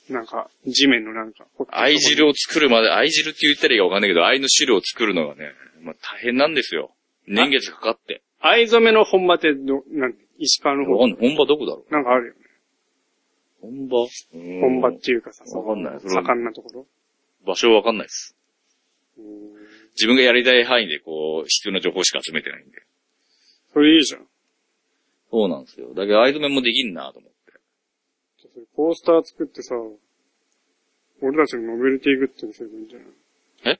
Speaker 2: なんか地面のなんか。
Speaker 1: 愛汁を作るまで、愛汁って言ったらいいかわかんないけど、愛の汁を作るのがね、まあ大変なんですよ。年月かかって。
Speaker 2: 藍染めの本場ってど、なん石川の
Speaker 1: わ
Speaker 2: 方
Speaker 1: かんない。本場どこだろ
Speaker 2: なんかあるよね。
Speaker 1: う本場うん
Speaker 2: 本場っていうかさ、
Speaker 1: わかんないそれは
Speaker 2: 盛んなところ。
Speaker 1: 場所はわかんないです。
Speaker 2: うん
Speaker 1: 自分がやりたい範囲でこう、必要な情報しか集めてないんで。
Speaker 2: それいいじゃん。
Speaker 1: そうなんですよ。だけど、藍染めもできんなと思って。
Speaker 2: じゃあそれコースター作ってさ、俺たちのノベルティグッズにすればいいんじゃない
Speaker 1: え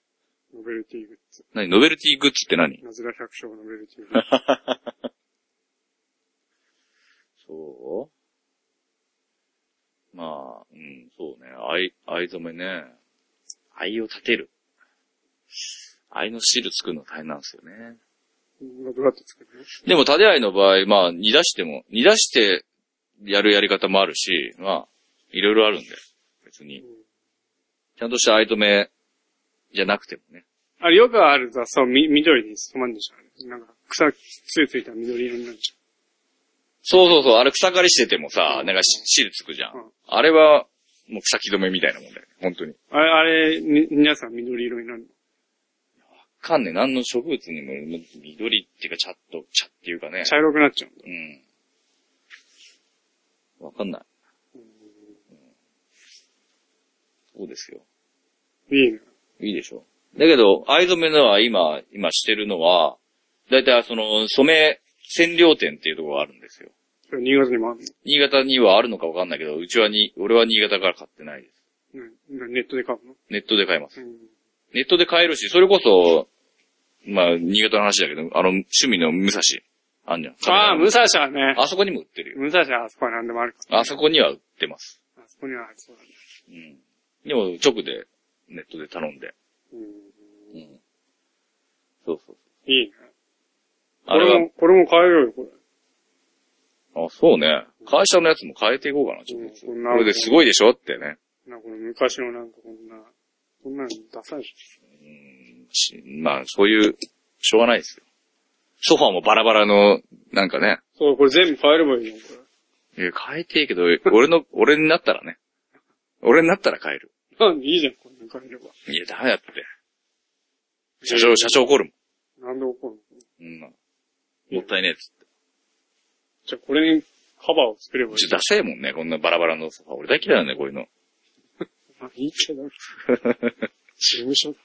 Speaker 2: ノベルティグッズ。
Speaker 1: 何ノベルティグッズって何
Speaker 2: なずら百姓ノベルティグッズ。
Speaker 1: そうまあ、うん、そうね。藍、藍染めね。藍を立てる。藍の汁作るの大変なんですよね。
Speaker 2: どうやって作るの
Speaker 1: でも、縦藍の場合、まあ、煮出しても、煮出してやるやり方もあるし、まあ、いろいろあるんで、別に。ちゃんとした藍染めじゃなくてもね。
Speaker 2: あれよくあるさ、そう、み、緑に染まんでしょあれなんか、草、つゆついたら緑色になっちゃ
Speaker 1: そうそうそう、あれ草刈りしててもさ、
Speaker 2: うん
Speaker 1: なんかし汁つくじゃん。
Speaker 2: うん
Speaker 1: あれは、もう草木染めみたいなもんだよね、本当に。
Speaker 2: う。あれ、あれ、み、皆さん緑色になる
Speaker 1: かんね、何の植物にも緑っていうか、ちゃっと、茶っていうかね
Speaker 2: の。。茶色くなっちゃうんだ。
Speaker 1: うん。わかんない。そうですよ。
Speaker 2: いいね。
Speaker 1: いいでしょ。だけど、藍染めのは今、今してるのは、だいたいその、染め染料店っていうところがあるんですよ。
Speaker 2: それ新潟にもある
Speaker 1: 新潟にはあるのかわかんないけど、うちはに、俺は新潟から買ってないです。
Speaker 2: の、ね、ネットで買うの
Speaker 1: ネットで買います。
Speaker 2: うん。
Speaker 1: ネットで買えるし、それこそ、まあ、新潟の話だけど、あの、趣味の武蔵、あんじゃん。
Speaker 2: ああ、武蔵は ね。
Speaker 1: あそこにも売ってるよ。
Speaker 2: 武蔵はあそこは何でもあるか
Speaker 1: あそこには売ってます。
Speaker 2: ら。あそこにはそうだね。
Speaker 1: うん。でも、直で、ネットで頼んで。
Speaker 2: うん。
Speaker 1: うん。そうそう。
Speaker 2: いいね。
Speaker 1: あ
Speaker 2: こ
Speaker 1: れ
Speaker 2: れ
Speaker 1: は、
Speaker 2: も、これも買えるよ、これ。
Speaker 1: あ、そうね。会社のやつも変えていこうかな、ちょっとずつ。こ
Speaker 2: うん
Speaker 1: れですごいでしょってね。
Speaker 2: なんかこの昔のなんかこんな、こんなのダサいでし
Speaker 1: うんしまあ、そういう、しょうがないですよ。ソファーもバラバラの、なんかね。
Speaker 2: ょ。そう、これ全部買えればいいの、こ
Speaker 1: いや変えていいけど、俺の、 俺になったらね。俺になったら変える。
Speaker 2: れ。なんでいいじゃん、こんなの買えれば。
Speaker 1: いや、ダメだって。社長、社長怒る
Speaker 2: なんで怒るの
Speaker 1: もん。うん。もったいねえっつって。
Speaker 2: じゃあこれにカバーを作ればいうい。
Speaker 1: ちダセえもんね、こんなバラバラのソファー。俺大嫌いなんだよ、こういうの。
Speaker 2: まあいいけど。事務所だ。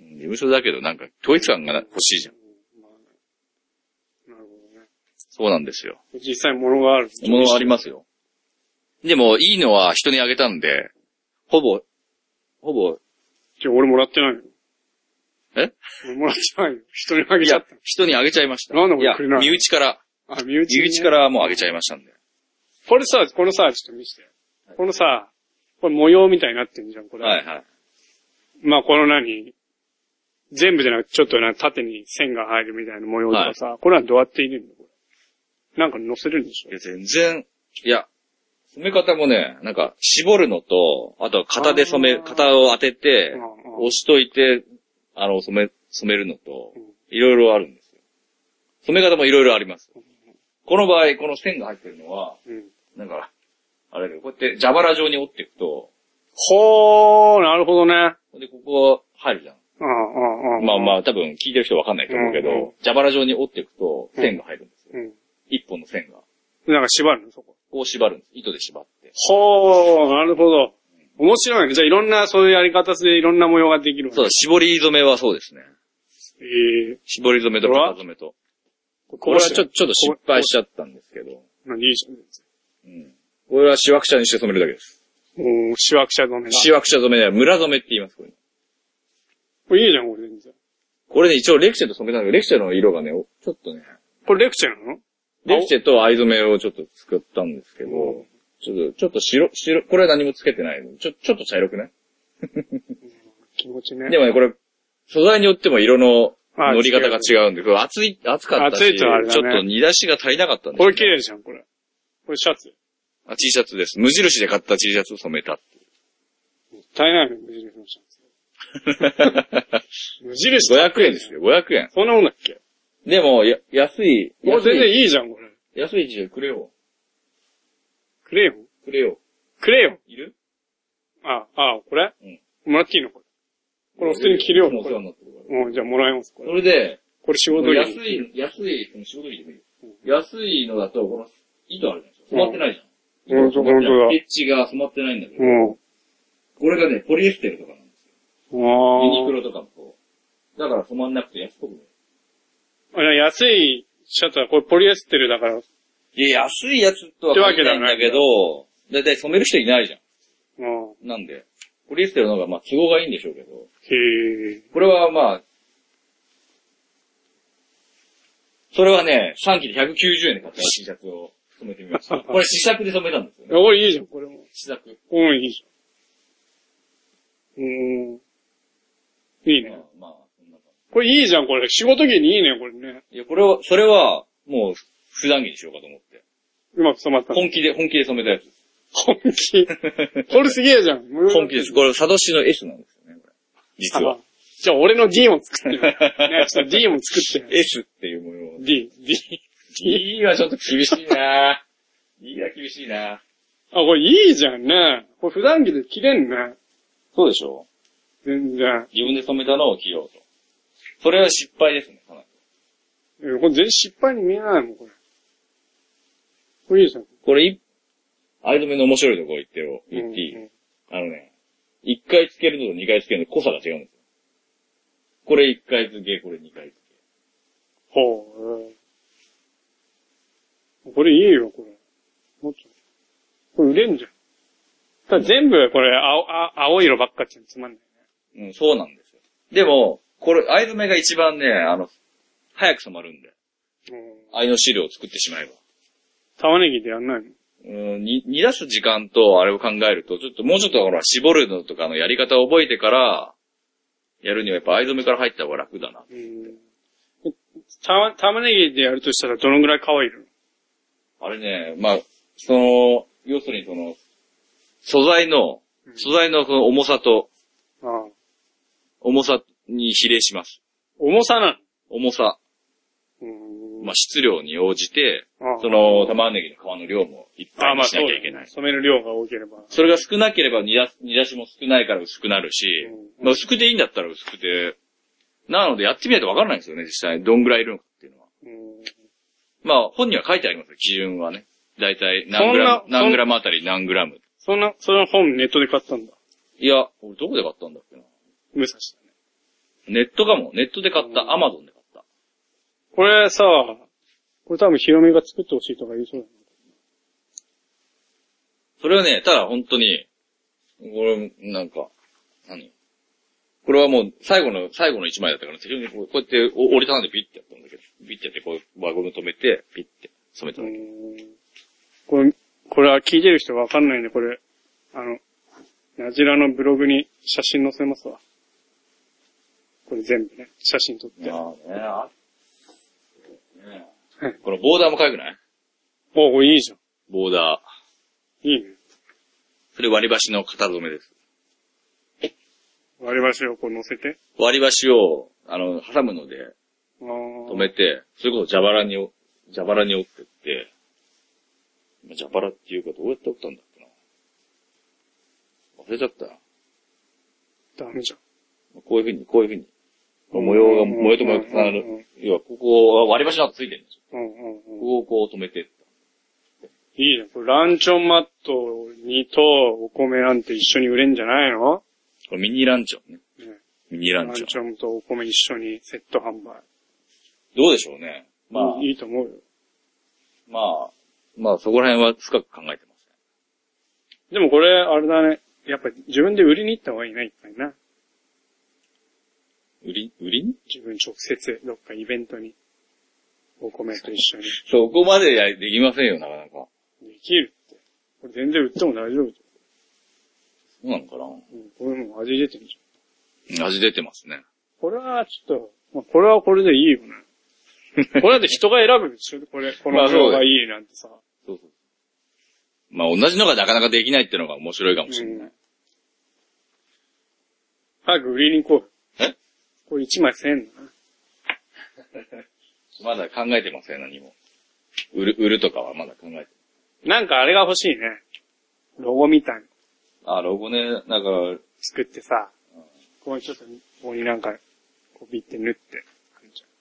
Speaker 1: うん事務所だけど、なんか、統一感がな欲しいじゃん。
Speaker 2: ん。まあね、なるほどね。
Speaker 1: そうなんですよ。
Speaker 2: 実際物がある。
Speaker 1: 物はありますよ。でも、いいのは人にあげたんで、ほぼ、ほぼ、
Speaker 2: 今日俺もらってないよ。
Speaker 1: え
Speaker 2: 俺もらってないよ。人にあげちゃった。
Speaker 1: 人にあげちゃいました。
Speaker 2: なんで
Speaker 1: いや
Speaker 2: 俺くれないの
Speaker 1: 身内から、
Speaker 2: あ、身内に
Speaker 1: 身
Speaker 2: ね
Speaker 1: 内か。らもうあげちゃいましたんで。
Speaker 2: これさ、このさ、ちょっと見せてよ。このさ、これ模様みたいになってんじゃん、これ。
Speaker 1: はいはい。
Speaker 2: まあこの何全部じゃなくて、ちょっとな、縦に線が入るみたいな模様とかさ、これはどうやって入れるのこれ。なんか乗せるんでしょ
Speaker 1: いや、全然、いや、染め方もね、なんか、絞るのと、あとは型で染
Speaker 2: あ
Speaker 1: め、
Speaker 2: ー
Speaker 1: 型を当てて
Speaker 2: うん、うん
Speaker 1: 押しといて、あの、染め、染めるのと
Speaker 2: うん、
Speaker 1: いろいろあるんですよ。染め方もいろいろあります。この場合、この線が入ってるのは、
Speaker 2: うん。
Speaker 1: なんか、あれだよ、こうやって蛇腹状に折っていくと、
Speaker 2: ほー、なるほどね。
Speaker 1: で、ここ入るじゃん。
Speaker 2: うんうんうん。
Speaker 1: まあま
Speaker 2: あ。
Speaker 1: あ、多分聞いてる人わかんないと思うけ
Speaker 2: うん
Speaker 1: ど、
Speaker 2: う
Speaker 1: 蛇腹状に折っていくと、線が入るんですよ。
Speaker 2: うん。
Speaker 1: 一本の線が。
Speaker 2: なんか縛るの、そこ。
Speaker 1: こう縛るんです。糸で縛って。
Speaker 2: ほー、なるほど。面白いね。じゃあいろんな、そういうやり方でいろんな模様ができるわけ
Speaker 1: そうだ、絞り染めはそうですね。
Speaker 2: ええ
Speaker 1: 絞り染めと
Speaker 2: これは
Speaker 1: 型染めと。これはちょ、ちょっと失敗しちゃったんですけど。
Speaker 2: 何いいじゃん。
Speaker 1: うん。これはシワクシャにして染めるだけです。
Speaker 2: おー、シワクシャ止めだ。
Speaker 1: シワクシャ染めでは村染めって言います、これ。
Speaker 2: これいいじゃん、これ全然。
Speaker 1: これね、一応レクチェと染めたんだけど、レクチェの色がね、おちょっとね、
Speaker 2: これレクチェなの
Speaker 1: レクチェと藍染めをちょっと作ったんですけど、
Speaker 2: うん
Speaker 1: ちょっと、ちょっと白、白、これは何もつけてないの。ちょ、ちょっと茶色くない
Speaker 2: 気持ちね。
Speaker 1: でもね、これ、素材によっても色の
Speaker 2: あ
Speaker 1: 乗り方が違うんで、これ熱い、熱かったし、
Speaker 2: 熱いとあれだね
Speaker 1: ちょっと煮出しが足りなかったんです
Speaker 2: こ
Speaker 1: よ
Speaker 2: れ綺麗じゃん、これ。これシャツ。
Speaker 1: あ T シャツです。無印で買った T シャツを染めた。
Speaker 2: もったいないね、無印のシャ ツ。無印だ
Speaker 1: 500円ですよ、500円。
Speaker 2: そんなもんだっけ
Speaker 1: でも、や、安い、
Speaker 2: もう
Speaker 1: 安
Speaker 2: 全然
Speaker 1: い、
Speaker 2: いいじゃん、これ。
Speaker 1: 安い T シャツくれよ
Speaker 2: くれよ。
Speaker 1: う。くれよ
Speaker 2: くれよ。
Speaker 1: う。いる
Speaker 2: あ、あ、これ
Speaker 1: うん
Speaker 2: もらっていいのこれ。これ普通に着るよ
Speaker 1: いつもお
Speaker 2: こ
Speaker 1: 世
Speaker 2: れ
Speaker 1: 話になってるから
Speaker 2: うん、じゃあもらいます、こ
Speaker 1: そ
Speaker 2: れ。
Speaker 1: れで、
Speaker 2: これ仕事着
Speaker 1: 安い、安い、その仕事着でもいいよ。安いのだと、この糸あるじゃないですか。染まってないじゃん。
Speaker 2: うん
Speaker 1: 染まってない
Speaker 2: 本当
Speaker 1: ス
Speaker 2: だ
Speaker 1: ケッチが染まってないんだけど、
Speaker 2: うん。
Speaker 1: これがね、ポリエステルとかなんですよ。ユニク
Speaker 2: あ
Speaker 1: ロとかもそう。だから染まんなくて安くも
Speaker 2: あ。あれ安いシャツは、これポリエステルだから、
Speaker 1: いや、安いやつとは限らないんだけど、だいたい染める人いないじゃ
Speaker 2: うん。
Speaker 1: ん。なんで、ポリエステルの方がまあ都合がいいんでしょうけど、
Speaker 2: へえ。
Speaker 1: これはまあ、それはね、3機で190円で買った T シャツを染めてみました。これ試作で染めたんですよね。
Speaker 2: これいいじゃん、これも。
Speaker 1: 試作。
Speaker 2: うん、いいじゃん。うん。いい
Speaker 1: まあ
Speaker 2: ね。、
Speaker 1: まあ、そんな感
Speaker 2: これいいじゃん、これ。仕事着にいいね、これね。
Speaker 1: じ。いや、これは、それは、もう、普段着にしようかと思って。
Speaker 2: うまく染まった。
Speaker 1: 本気で、本気で染めたやつ です。
Speaker 2: 本気。これすげえじゃん。
Speaker 1: 本気です。これ、サドシの S なんですよね、これ。実は
Speaker 2: あ。。じゃあ俺の D も作ってよ。ね、ちょっと D も 作ってよ。
Speaker 1: S っていう模様。
Speaker 2: D、D。
Speaker 1: D はちょっと厳しいな D は厳しいな
Speaker 2: あ、これいいじゃんね。これ普段着で着れんね。
Speaker 1: そうでしょ
Speaker 2: 全然。
Speaker 1: 自分で染めたのを着ようと。それは失敗ですね、かなり。
Speaker 2: うんこれ全然失敗に見えないもん、これ。これいいじゃん。
Speaker 1: これ、い藍染めの面白いとこ言ってよ。言っていい、
Speaker 2: うん
Speaker 1: あのね、一回つけるのと二回つけるの濃さが違うんですよ。これ一回付け、これ二回付け。
Speaker 2: ほう。これいいよ、これ。もっと。これ売れんじゃん。ただ全部、これ、青、あ青色ばっかってつまんないね。
Speaker 1: うん、そうなんですよ。でも、これ、藍染めが一番ね、あの、早く染まるんで。
Speaker 2: うん。
Speaker 1: 藍の汁を作ってしまえば。
Speaker 2: 玉ねぎでやんないの
Speaker 1: うん、に、煮出す時間と、あれを考えると、ちょっともうちょっとほら、絞るのとかのやり方を覚えてから、やるにはやっぱ藍染めから入った方が楽だな。
Speaker 2: うん。た、玉ねぎでやるとしたらどのぐらい乾いる
Speaker 1: あれね、まあ、その、要するにその、素材の、
Speaker 2: うん
Speaker 1: 素材のその重さと、
Speaker 2: のああ。
Speaker 1: 重さに比例します。
Speaker 2: 重さな
Speaker 1: 重さ、
Speaker 2: のうん
Speaker 1: まあ、質量に応じて、
Speaker 2: ああ
Speaker 1: その、玉ねぎの皮の量もいっ
Speaker 2: あ
Speaker 1: ぱ
Speaker 2: あ、
Speaker 1: い
Speaker 2: ま
Speaker 1: に
Speaker 2: あ
Speaker 1: し
Speaker 2: そう
Speaker 1: なきゃ
Speaker 2: だね
Speaker 1: いけない。
Speaker 2: 染める量が多ければ。
Speaker 1: それが少なければ煮出す、煮出しも少ないから薄くなるし、
Speaker 2: うん
Speaker 1: まあ、薄くていいんだったら薄くて、なのでやってみないとわからないんですよね、実際。どんぐらいいるのかっていうのは。
Speaker 2: うん
Speaker 1: まあ、本には書いてありますよ、基準はね。だいたい
Speaker 2: そ
Speaker 1: 何
Speaker 2: ん
Speaker 1: グラ
Speaker 2: な
Speaker 1: ム、何グラムあたり何グラム。
Speaker 2: そんな、その本ネットで買ったんだ。
Speaker 1: いや、俺どこで買ったんだっけな。
Speaker 2: 武蔵だね。
Speaker 1: ネットかも。ネットで買っ
Speaker 2: うん
Speaker 1: た。アマゾンで買った。
Speaker 2: これさ、これ多分ヒロミが作ってほしいとか言いそうだね。
Speaker 1: それはね、ただ本当に、これ、なんか、何これはもう最後の、最後の一枚だったから、適当にこうこうやってお折りたたんでピッてやったんだけど、ピッてやってこう輪ゴム止めて、ピッて染めた
Speaker 2: う
Speaker 1: だけ。
Speaker 2: ーんこれ、これは聞いてる人わかんないんで、これ、あの、ナジラのブログに写真載せますわ。これ全部ね、写真撮って。
Speaker 1: まあね、あねえ このボーダーもかゆくない
Speaker 2: おこれいいじゃ
Speaker 1: ボーダー。
Speaker 2: ん。いいね。
Speaker 1: それ割り箸の型染めです。
Speaker 2: 割り箸をこう乗せて。
Speaker 1: 割り箸を、あの、挟むので
Speaker 2: あ
Speaker 1: 止
Speaker 2: 止
Speaker 1: めて、それこそ蛇腹に、蛇腹に折ってって、ま蛇腹っていうかどうやって折ったんだっけな。忘れちゃったな。
Speaker 2: ダメじゃん。
Speaker 1: こういうふうに、こういうふうに。模様が、
Speaker 2: うん
Speaker 1: 模様と模様が重な
Speaker 2: うん
Speaker 1: る。要は、ここは割り箸の跡ついてるんですよ。
Speaker 2: うんうん
Speaker 1: こ
Speaker 2: うん。
Speaker 1: こをこう止めて。
Speaker 2: いいね。これランチョンマットにとお米なんて一緒に売れんじゃないの
Speaker 1: これミニランチョンね。
Speaker 2: ね
Speaker 1: ミニラン
Speaker 2: ラン
Speaker 1: チョン。
Speaker 2: チョンとお米一緒にセット販売。
Speaker 1: どうでしょうね。まあ、
Speaker 2: いいいと思うよ。
Speaker 1: まあ、まあそこら辺は深く考えてますね。
Speaker 2: でもこれ、あれだね。やっぱ自分で売りに行った方がいいな、いっぱいな。
Speaker 1: 売り、売りに
Speaker 2: 自分直接、どっかイベントに。お米と一緒に。
Speaker 1: そこまでやできませんよ、なかなか。そ
Speaker 2: できるって。これ全然売っても大丈夫。
Speaker 1: うなのか
Speaker 2: うん、これもう味出てるじゃん。
Speaker 1: な味出てますね。
Speaker 2: これはちょっと、まあ、これはこれでいいよ ね。これだって人が選ぶでしょこれ、こ
Speaker 1: ま
Speaker 2: の
Speaker 1: あそうだよ
Speaker 2: 量がいいなんてさ。
Speaker 1: そうそう。まあ同じのがなかなかできないってのが面白いかもしれない。
Speaker 2: うん早く売りに行こう。
Speaker 1: え
Speaker 2: これ1枚1000円だな。
Speaker 1: まだ考えてません、何も。売る、売るとかはまだ考えてない。
Speaker 2: なんかあれが欲しいね。ロゴみたいの
Speaker 1: あ、ロゴね、なんか、
Speaker 2: 作ってさ、ここにちょっと、ここになんか、こうビって縫って。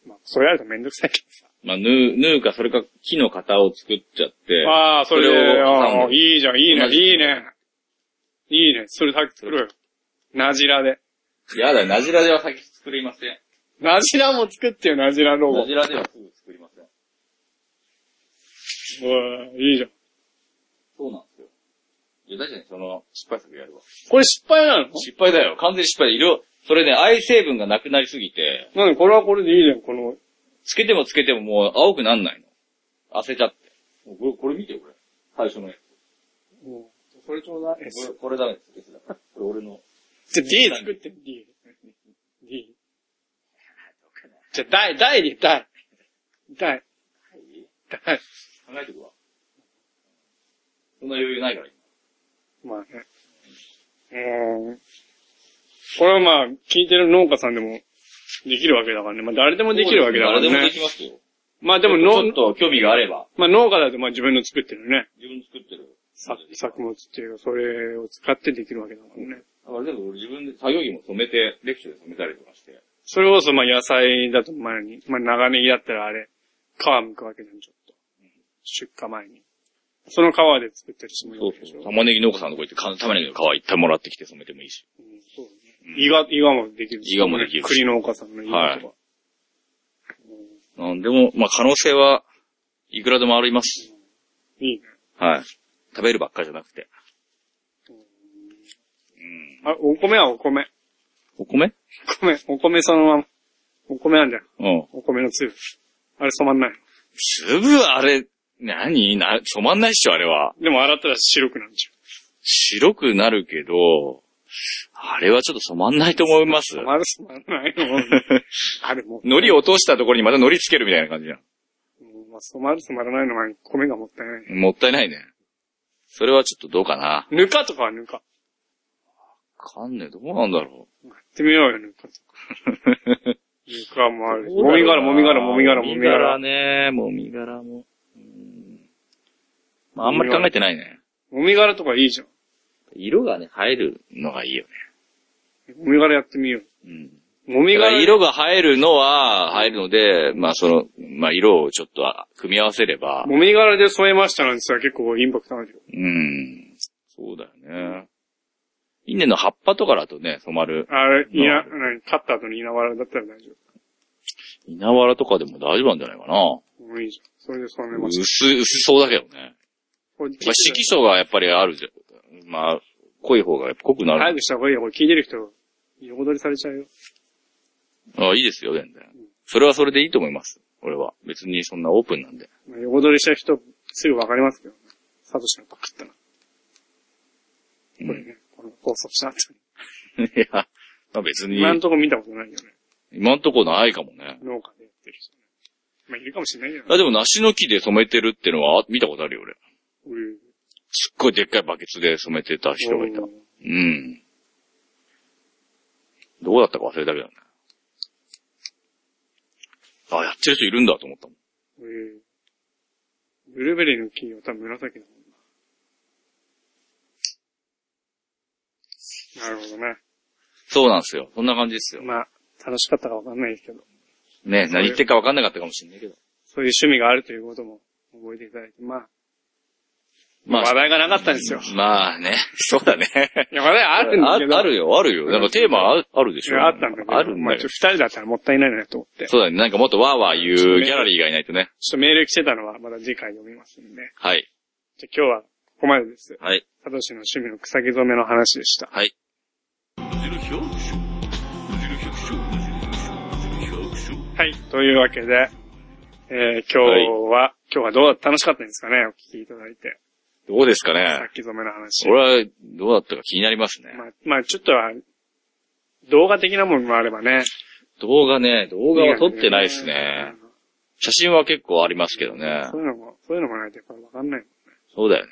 Speaker 2: まあ、それやるとめんどくさいけどさ。
Speaker 1: まあ、縫う、縫うか、それか木の型を作っちゃって、
Speaker 2: ああ、それ
Speaker 1: そ
Speaker 2: で、
Speaker 1: れを
Speaker 2: あ
Speaker 1: 挟
Speaker 2: あ
Speaker 1: ん
Speaker 2: ー、いいじゃん、いいね
Speaker 1: 同、じ
Speaker 2: いいね。いいね、それさっき作ろうよ。なじらで。
Speaker 1: やだ、なじらでは先作りません。
Speaker 2: なじらも作ってよ、なじらロ
Speaker 1: な
Speaker 2: ゴ。
Speaker 1: じらではすぐ作りません。
Speaker 2: おい、いいじゃん。
Speaker 1: そうなんですよ。いや、確かにその、失敗作やるわ。
Speaker 2: これ失敗なの
Speaker 1: 失敗だよ。完全に失敗で色、それね、愛成分がなくなりすぎて、
Speaker 2: なんで、これはこれでいいじゃん、この、
Speaker 1: つけてもつけてももう青くなんないの。焦っちゃって。もうこれ、これ見てよ、これ。最初のやつ。
Speaker 2: も
Speaker 1: これちょうだ
Speaker 2: い S
Speaker 1: これ、これダメです。S だ。これ俺の。
Speaker 2: うじゃ、D 作って、D。D。じゃ、大、大で、大。大。大。
Speaker 1: 考えてくわ。そんな余裕ないから、今。
Speaker 2: まあね。うん。これはまあ、聞いてる農家さんでも、できるわけだからね。まあ、誰でもできるわけだから
Speaker 1: 誰でもで
Speaker 2: ね。
Speaker 1: きますよ。
Speaker 2: まあ、でも
Speaker 1: ちょ
Speaker 2: 農
Speaker 1: っ、と興味があれば、
Speaker 2: まあ、農家だとまあ、自分の作ってるね。
Speaker 1: 自分で作ってる。
Speaker 2: 作作物っていうか、それを使ってできるわけだからね。
Speaker 1: だから全部俺自分で作業着も染めて、レクチャーで染めたりとかして。
Speaker 2: それこそ、まあ、野菜だと前に、まあ、長ネギだったらあれ、皮剥くわけじゃん、ちょっと。出荷前に。その皮で作ってる人もいるわけでしょ。
Speaker 1: 玉ねぎ農家さんのとこ行って、か玉ねぎの皮いっぱいもらってきて染めてもいいし。
Speaker 2: うんそうね。イガ、イガもできるし
Speaker 1: イガもできるし
Speaker 2: 栗農家さんのイガとか。
Speaker 1: うん、でも、まあ可能性はいくらでもあります。
Speaker 2: いいね。
Speaker 1: はい。食べるばっかじゃなくて。うん。
Speaker 2: あ、お米はお米。
Speaker 1: お米
Speaker 2: お米、お米そのまま。お米なんじゃん。
Speaker 1: うん。
Speaker 2: お米の粒。あれ染まんない。
Speaker 1: 粒あれ、何な、染まんないっしょ、あれは。
Speaker 2: でも洗ったら白くなるじ
Speaker 1: 白くなるけど、あれはちょっと染まんないと思います
Speaker 2: ゃん。。染まる染まらないの。あれもう。
Speaker 1: 海苔落としたところにまた海苔つけるみたいな感じじゃ
Speaker 2: うんまあ、染まる染まらないの前に米がもったいない。
Speaker 1: ん。もったいないね。それはちょっとどうかな。
Speaker 2: ぬかとかはぬか。
Speaker 1: わかんねえ、どうなんだろ
Speaker 2: やってみようよ、ぬ かとか。ぬかもあ
Speaker 1: う。
Speaker 2: るし。もみ殻、もみ殻、もみ殻、もみ殻。
Speaker 1: ね、もみ殻も。うんまあ、あんまり考えてないね。
Speaker 2: もみ殻とかいいじゃん。
Speaker 1: 色がね、入るのがいいよね。
Speaker 2: もみ殻やってみよ
Speaker 1: うん。
Speaker 2: う。もみ
Speaker 1: だか
Speaker 2: 殻
Speaker 1: ら。色が入るのは、入るので、まあその、まあ色をちょっとあ組み合わせれば、
Speaker 2: もみ殻で添えましたなんてさ、結構インパクトあるよ。
Speaker 1: うん。そうだよね。インゲンの葉っぱとかだとね、染まる。
Speaker 2: あれ、い
Speaker 1: ま
Speaker 2: や、
Speaker 1: あ
Speaker 2: 何、買った後に稲わらだったら大丈
Speaker 1: 稲わらとかでも大丈夫なんじゃないかな。
Speaker 2: 夫。もういいじゃん。それで染めまし
Speaker 1: 薄、
Speaker 2: た。
Speaker 1: 薄そうだけどね。
Speaker 2: これ聞いて
Speaker 1: まあ色素がやっぱりあるじゃん。まあ、濃い方がやっぱ濃くな
Speaker 2: 早
Speaker 1: る。
Speaker 2: くした方がいいよ。これ聞いてる人、横取りされちゃうよ。
Speaker 1: あいいですよ、全然。それはそれでいいと思います。俺は。別にそんなオープンなんで。
Speaker 2: まあ、横取りした人、すぐわかりますけどね。サトシがパクったな。こ
Speaker 1: う
Speaker 2: れ
Speaker 1: ん、
Speaker 2: ね、この放送した後 に。
Speaker 1: いや、まあ別に、
Speaker 2: 今んとこ見たことないよね。
Speaker 1: 今んとこないかもね。
Speaker 2: 農家でやってる人ね。まあ、いるかもしれないよね。
Speaker 1: あ、でも梨の木で染めてるってのはあ見たことあるよ、俺。
Speaker 2: うん
Speaker 1: すっごいでっかいバケツで染めてた人がいた。うん。どうだったか忘れたけどね。あ、やってる人いるんだと思ったもん。
Speaker 2: うんブルーベリーの木は多分紫だもんな。なるほどね。
Speaker 1: そうなんですよ。そんな感じですよ。
Speaker 2: まあ、楽しかったかわかんないですけど、
Speaker 1: ね、何言ってるか分かんなかったかもしれないけど。
Speaker 2: そういう趣味があるということも覚えていただいて、まあ、
Speaker 1: まあ
Speaker 2: 話、題がなかったんですよ。
Speaker 1: まあね、 そうだね。
Speaker 2: いや、話題あるんだ
Speaker 1: あ
Speaker 2: けど。
Speaker 1: あるよ、あるよ。なんかテーマああるで
Speaker 2: い
Speaker 1: しょ。
Speaker 2: やあったんだけど。
Speaker 1: あるん
Speaker 2: まあ、
Speaker 1: だ
Speaker 2: ち
Speaker 1: け
Speaker 2: ょ
Speaker 1: ど
Speaker 2: っと。二人だったらもったいないなと思って。ちょ
Speaker 1: そうだね。なんかもっとわーわー言うギャラリーがいないとね。
Speaker 2: っとメール来てたのはまた次回読みますんで。
Speaker 1: はい。
Speaker 2: じゃあ今日はここまでです。
Speaker 1: はい。
Speaker 2: サトシの趣味の草木染めの話でした。
Speaker 1: はい。
Speaker 2: はい。というわけで、えー、今日は、今日はどう楽しかったんですかねお聞きいただいて。
Speaker 1: どうですか
Speaker 2: さ
Speaker 1: ね
Speaker 2: っき染めの話。
Speaker 1: 俺はどうだったか気になりますね。
Speaker 2: まあ、まあ、ちょっとは、動画的なものもあればね。
Speaker 1: 動画ね、動
Speaker 2: 動
Speaker 1: 画は撮ってないですね。。写真は結構ありますけどね
Speaker 2: そ。ういうのも、そういうのもないとやっぱわかんない。
Speaker 1: そうだよね。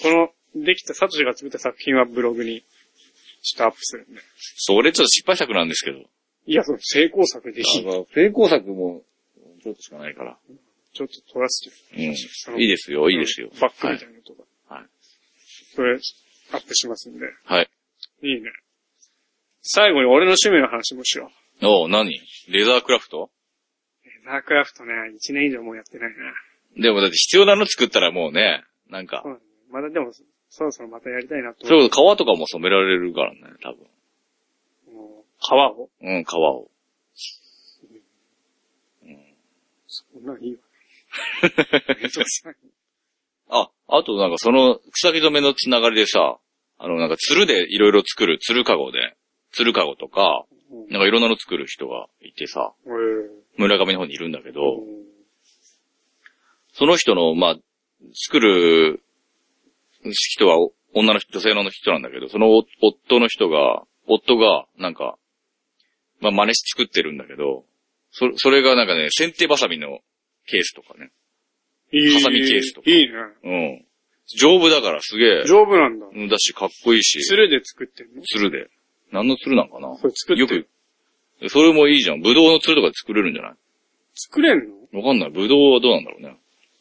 Speaker 2: この、できた、サトシが作った作品はブログに、ちょっとアップするんで。
Speaker 1: それちょっと失敗作なんですけど。
Speaker 2: いや、その成功作でいい。
Speaker 1: あの成功作も、ちょっとしかないから。
Speaker 2: ちょっと撮らせてよ。
Speaker 1: うん。いいですよ、いいですよ。
Speaker 2: バックみたいなのとか。
Speaker 1: はいはい
Speaker 2: それ、アップしますんで。
Speaker 1: はい。
Speaker 2: いいね。最後に俺の趣味の話もしよう。
Speaker 1: おう何レザークラフト
Speaker 2: レザークラフトね、1年以上もうやってないな。
Speaker 1: でもだって必要なの作ったらもうね、なんか
Speaker 2: そう、だね。まだでも、そろそろまたやりたいなと
Speaker 1: それ
Speaker 2: 思
Speaker 1: こそ革とかも染められるからね、多分。
Speaker 2: う。もう革を
Speaker 1: うん、革を。
Speaker 2: そんなんいいわ。めんどくさい
Speaker 1: あ、あとなんかその、草木染めのつながりでさ、あの、なんか、つるでいろいろ作る、つるかごで、つるかごとか、
Speaker 2: うん
Speaker 1: なんかいろんなの作る人がいてさ、
Speaker 2: えー
Speaker 1: 村上の方にいるんだけど、
Speaker 2: うん
Speaker 1: その人の、まあ、作る人はお女の人、女性の人なんだけど、そのお夫の人が、夫が、なんか、まあ、真似して作ってるんだけど、そ、それがなんかね、剪定バサミのケースとかね。
Speaker 2: いい。
Speaker 1: ハサミケースとか
Speaker 2: いいね。
Speaker 1: うん。丈夫だからすげえ、
Speaker 2: 丈夫なんだ。
Speaker 1: うんだし、かっこいいし、
Speaker 2: つるで作ってんの
Speaker 1: 鶴で。何の鶴なんかな
Speaker 2: それ作って
Speaker 1: よく、それもいいじゃん。ブドウの鶴とかで作れるんじゃな
Speaker 2: 作れんの
Speaker 1: いわかんない。ブドウはどうなんだろうね。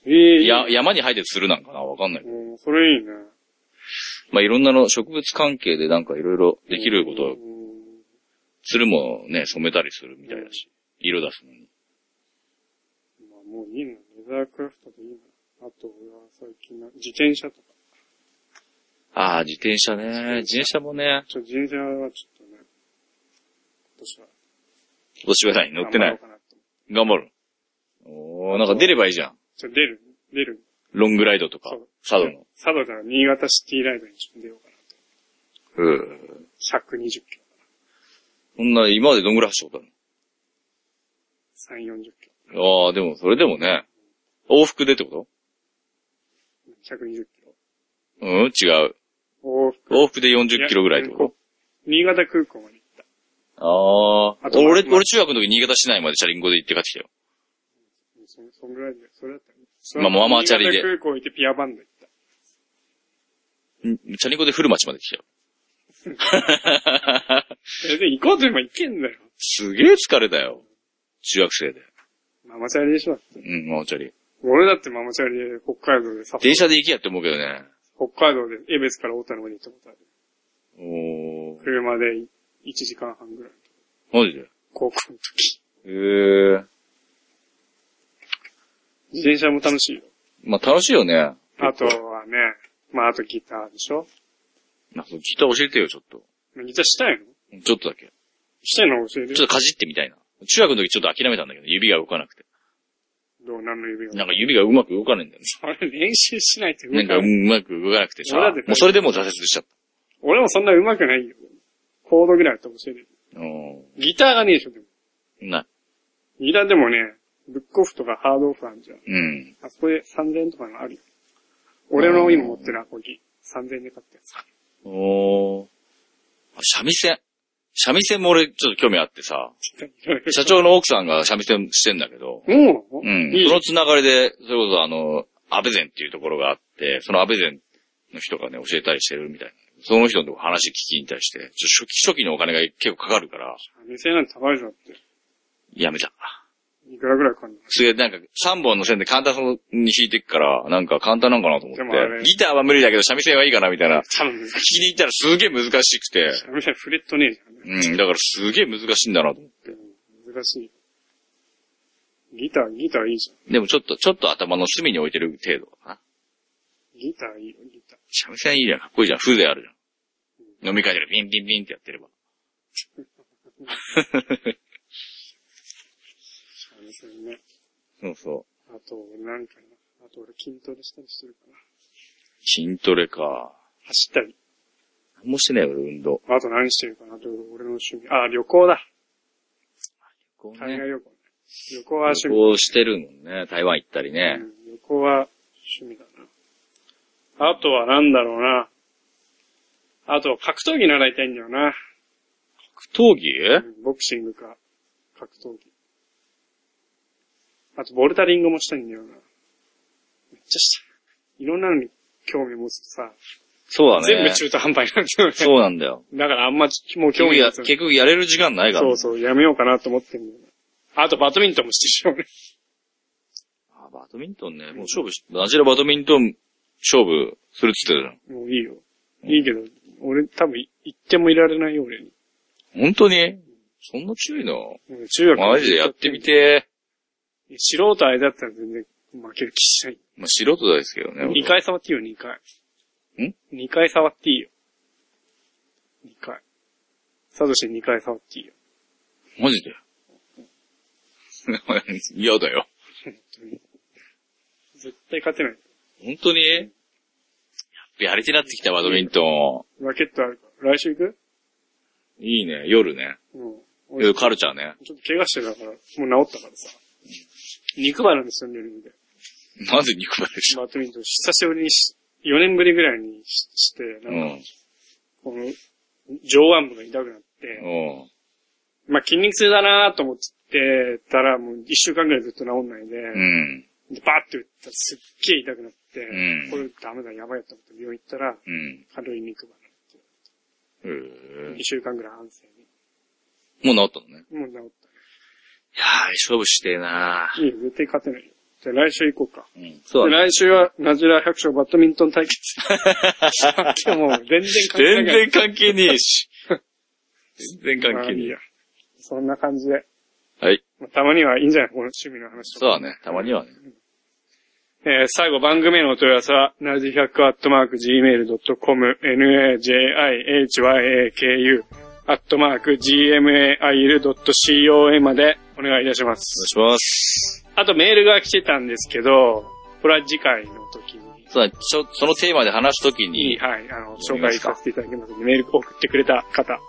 Speaker 2: ええ
Speaker 1: や、山に生えてる鶴なんかなわかんない。
Speaker 2: うん、それいいね。
Speaker 1: まあ、いろんなの植物関係でなんかいろいろできることは
Speaker 2: う、ん
Speaker 1: 鶴もね、染めたりするみたいだし、色出すのに。
Speaker 2: まあ、もういいな。レザークラフトでいいな。あと、俺は最近な、自転車とか。
Speaker 1: ああ、自転車ね。自転車もね、
Speaker 2: ちょ、自転車はちょっとね、今年は。
Speaker 1: 今年はない。乗ってな
Speaker 2: 頑張ろ
Speaker 1: い。
Speaker 2: うかと思
Speaker 1: 頑張る。おー、なんか出ればいいじゃん。
Speaker 2: ちょ、出る、出る。
Speaker 1: ロングライドとか
Speaker 2: そう、
Speaker 1: サドの。
Speaker 2: 佐渡から新潟シティライドにちょっと出ようかなと。
Speaker 1: うん。
Speaker 2: 120キロ。
Speaker 1: そんな、今までどんぐらい走ったことあるの
Speaker 2: 3、40キ
Speaker 1: ああ、でも、それでもね、往復でってこと
Speaker 2: ロ。120キロ。
Speaker 1: うん違う。
Speaker 2: 往復。
Speaker 1: 往復で40キロぐらいってこ
Speaker 2: 新潟空港まで行った。
Speaker 1: とああ
Speaker 2: あ
Speaker 1: ー。
Speaker 2: と
Speaker 1: 俺、
Speaker 2: まあ
Speaker 1: 俺中学の時新潟市内までチャリンコで行って帰ってきたよ。
Speaker 2: そそんぐらいで、それだったよね。
Speaker 1: まあママチャリで
Speaker 2: 新潟空港行ってピアバンド行った。
Speaker 1: んチャリンコで古町まで来た よ。
Speaker 2: え、で、行こうと今行けんだよ。
Speaker 1: すげえ疲れたよ。中学生で。
Speaker 2: ママチャリでしょ。
Speaker 1: うん、ママチャリ。
Speaker 2: 俺だってママチャリで北海道でさ、
Speaker 1: 電車で行けやって思うけどね。
Speaker 2: 北海道で江別から大田のまで行ったことある。
Speaker 1: おー。
Speaker 2: 車で1時間半ぐらい。
Speaker 1: マジで
Speaker 2: 高校の時。
Speaker 1: えー。
Speaker 2: 自転車も楽しいよ。
Speaker 1: まあ、楽しいよね。
Speaker 2: あとはね、まああとギターでしょ。
Speaker 1: なんかギター教えてよ、ちょっと。
Speaker 2: ギターしたいの
Speaker 1: ちょっとだけ。
Speaker 2: したいの教えて
Speaker 1: ちょ
Speaker 2: よ
Speaker 1: っとかじってみたいな。中学の時ちょっと諦めたんだけど、指が動かなくて。
Speaker 2: どう、何の指が。
Speaker 1: なんか指がうまく動かないんだよね。
Speaker 2: あれ練習しないと動
Speaker 1: な
Speaker 2: か
Speaker 1: ん
Speaker 2: な
Speaker 1: かう
Speaker 2: い。
Speaker 1: まく動かなくてさ、
Speaker 2: 俺
Speaker 1: も
Speaker 2: だって
Speaker 1: うそれでもう挫折しちゃっ
Speaker 2: 俺もそんな上手くないよ。コードぐらいだって教えてよ。
Speaker 1: た。う
Speaker 2: ギターがねえでしょ、でも。
Speaker 1: ん。な、
Speaker 2: ギターでもね、ブックオフとかハードオフなんじゃん。
Speaker 1: うん。
Speaker 2: あそこで3000円とかのあるよ。俺の今持ってるアコギ、3000円で買ったやつ。
Speaker 1: おー。あ三味線。三味線も俺ちょっと興味あってさ、社
Speaker 2: 社
Speaker 1: 長の奥さんが三味線してんだけど、
Speaker 2: もう
Speaker 1: うん。
Speaker 2: いい
Speaker 1: そのつながりで、それこそあの、安倍善っていうところがあって、その安倍善の人がね、教えたりしてるみたいな。その人のとこ話聞きに対して、ちょ初期、初期のお金が結構かかるから、
Speaker 2: 店なんて高いじゃんって。
Speaker 1: やめた。
Speaker 2: いくらぐらいかかんの
Speaker 1: すげえ、なんか、3本の線で簡単そうに弾いてくから、なんか簡単なんかなと思って
Speaker 2: でもあれ。
Speaker 1: ギターは無理だけど、三味線はいいかな、みたいな。
Speaker 2: 多分、
Speaker 1: 聞きに行ったらすげえ難しくて。
Speaker 2: みたいフレットねえじゃんね。
Speaker 1: うん、だからすげえ難しいんだなと思っ
Speaker 2: うん難しい。ギター、ギターいいじゃ
Speaker 1: て。でもちょっと、ちょっと頭の隅に置いてる程度かな。
Speaker 2: ん。ギターいいよ、ギター。
Speaker 1: 三味線いいじゃん、かっこいいじゃん、風情あるじゃん。飲み会でピンピンピンってやってれば。
Speaker 2: 三味線ね。
Speaker 1: そうそう。
Speaker 2: あと、なんかな。あと俺筋トレしたりしてるかな。
Speaker 1: 筋トレか。
Speaker 2: 走ったり。
Speaker 1: 何もしてないよ、俺運動。
Speaker 2: あと何してるかな。あと俺の趣味。あ、旅行だ。
Speaker 1: こう
Speaker 2: 海
Speaker 1: ね
Speaker 2: 外。旅行ね。旅行は趣味。
Speaker 1: こうしてるもんね。台湾行ったり
Speaker 2: う
Speaker 1: ね。
Speaker 2: ん旅行は趣味だな。あとはなんだろうな。あと格闘技習いたいんだよな。
Speaker 1: 格闘技
Speaker 2: うんボクシングか格闘技。あとボルダリングもしたいんだよな。めっちゃした。いろんなのに興味持つとさ、
Speaker 1: そうだね。
Speaker 2: 全部中途半端になっちゃうね。
Speaker 1: そうなんだよ。
Speaker 2: だからあんまもう
Speaker 1: 結
Speaker 2: 興
Speaker 1: 局
Speaker 2: 味
Speaker 1: や
Speaker 2: がつ
Speaker 1: 結局やれる時間ないから
Speaker 2: そ
Speaker 1: ね。
Speaker 2: うそう、やめようかなと思ってんだよな。あとバドミントンもしてるし、
Speaker 1: あ、バドミントンね。もう勝負し、ナジラバドミントン勝負するっつってた
Speaker 2: 俺。もういいよ。
Speaker 1: うん
Speaker 2: いいけど、俺多分行ってもいられないよ、俺に。
Speaker 1: じゃん。本当にそんな強いの
Speaker 2: うん中学
Speaker 1: マジでやってみ。て。
Speaker 2: 素人あれだったら全然負ける気しない。
Speaker 1: まあ、素人ですけどね。
Speaker 2: 2回触っていいよ、2回。
Speaker 1: ん
Speaker 2: ?2 回触っていいよ。2回。サトシ2回触っていいよ。
Speaker 1: マジで。 嫌だよ。
Speaker 2: 絶対勝てない。
Speaker 1: 本当にやっぱやりてなってきた、バドミント
Speaker 2: ラケットあるから。来週行く
Speaker 1: ン。いいね、夜ね。
Speaker 2: うん。俺
Speaker 1: 夜カルチャーね。
Speaker 2: ちょっと怪我してたから、もう治ったからさ。肉離れに住んでるんで。
Speaker 1: なんで肉離れした
Speaker 2: バドミントン久しぶりにし、4年ぶりぐらいにしして、
Speaker 1: う
Speaker 2: なんか、
Speaker 1: ん。
Speaker 2: この、上腕部が痛くなって、
Speaker 1: うん。
Speaker 2: まあ筋肉痛だなと思ってたら、もう1週間ぐらいずっと治んないで、
Speaker 1: うん。
Speaker 2: でバーって打ったらすっげえ痛くなって、
Speaker 1: うん
Speaker 2: これダメだ、やばいと思って病院行ったら、
Speaker 1: うん。
Speaker 2: 軽い肉離
Speaker 1: う
Speaker 2: れ。
Speaker 1: ー
Speaker 2: 2週間ぐらい安静
Speaker 1: もう治ったのね。
Speaker 2: に。もう治っ
Speaker 1: いやー、勝負してえな
Speaker 2: た。いいよ、絶対勝てないよ。じゃあ来週行こうか。
Speaker 1: うん。そう
Speaker 2: で
Speaker 1: だね。
Speaker 2: 来週は、ナジュラ百姓バドミントン対決。 さっきもう全然関係ない。
Speaker 1: 全然関係ねえし。 全然関係ねえや。
Speaker 2: そんな感じで。
Speaker 1: はい。
Speaker 2: まあたまにはいいんじゃないこの趣味の話と
Speaker 1: そう
Speaker 2: か。
Speaker 1: だね。たまにはね。
Speaker 2: えー最後番組へのお問い合わせは、なじ 100-gmail.com、najihyaku、アットマーク gmail.co までお願いいたしま
Speaker 1: お願い
Speaker 2: す。
Speaker 1: します。
Speaker 2: あとメールが来てたんですけど、これは次回の時に、
Speaker 1: そうだね。ちょ、そのテーマで話すときに、
Speaker 2: はい、あの、
Speaker 1: お
Speaker 2: 紹
Speaker 1: 願いし
Speaker 2: 介
Speaker 1: ま
Speaker 2: さ
Speaker 1: す
Speaker 2: せていただきますので、メール送ってくれた方、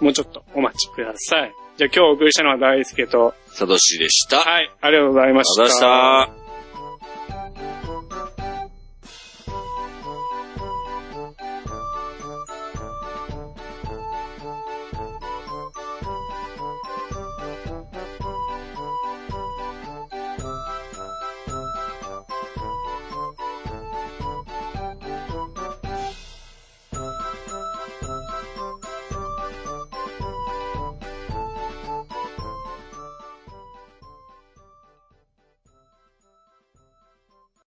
Speaker 2: もうちょっとお待ちください。じゃあ今日お送りしたのは大輔と、
Speaker 1: サトシでした。あり
Speaker 2: はい、ありがとうございました。
Speaker 1: がとうございました。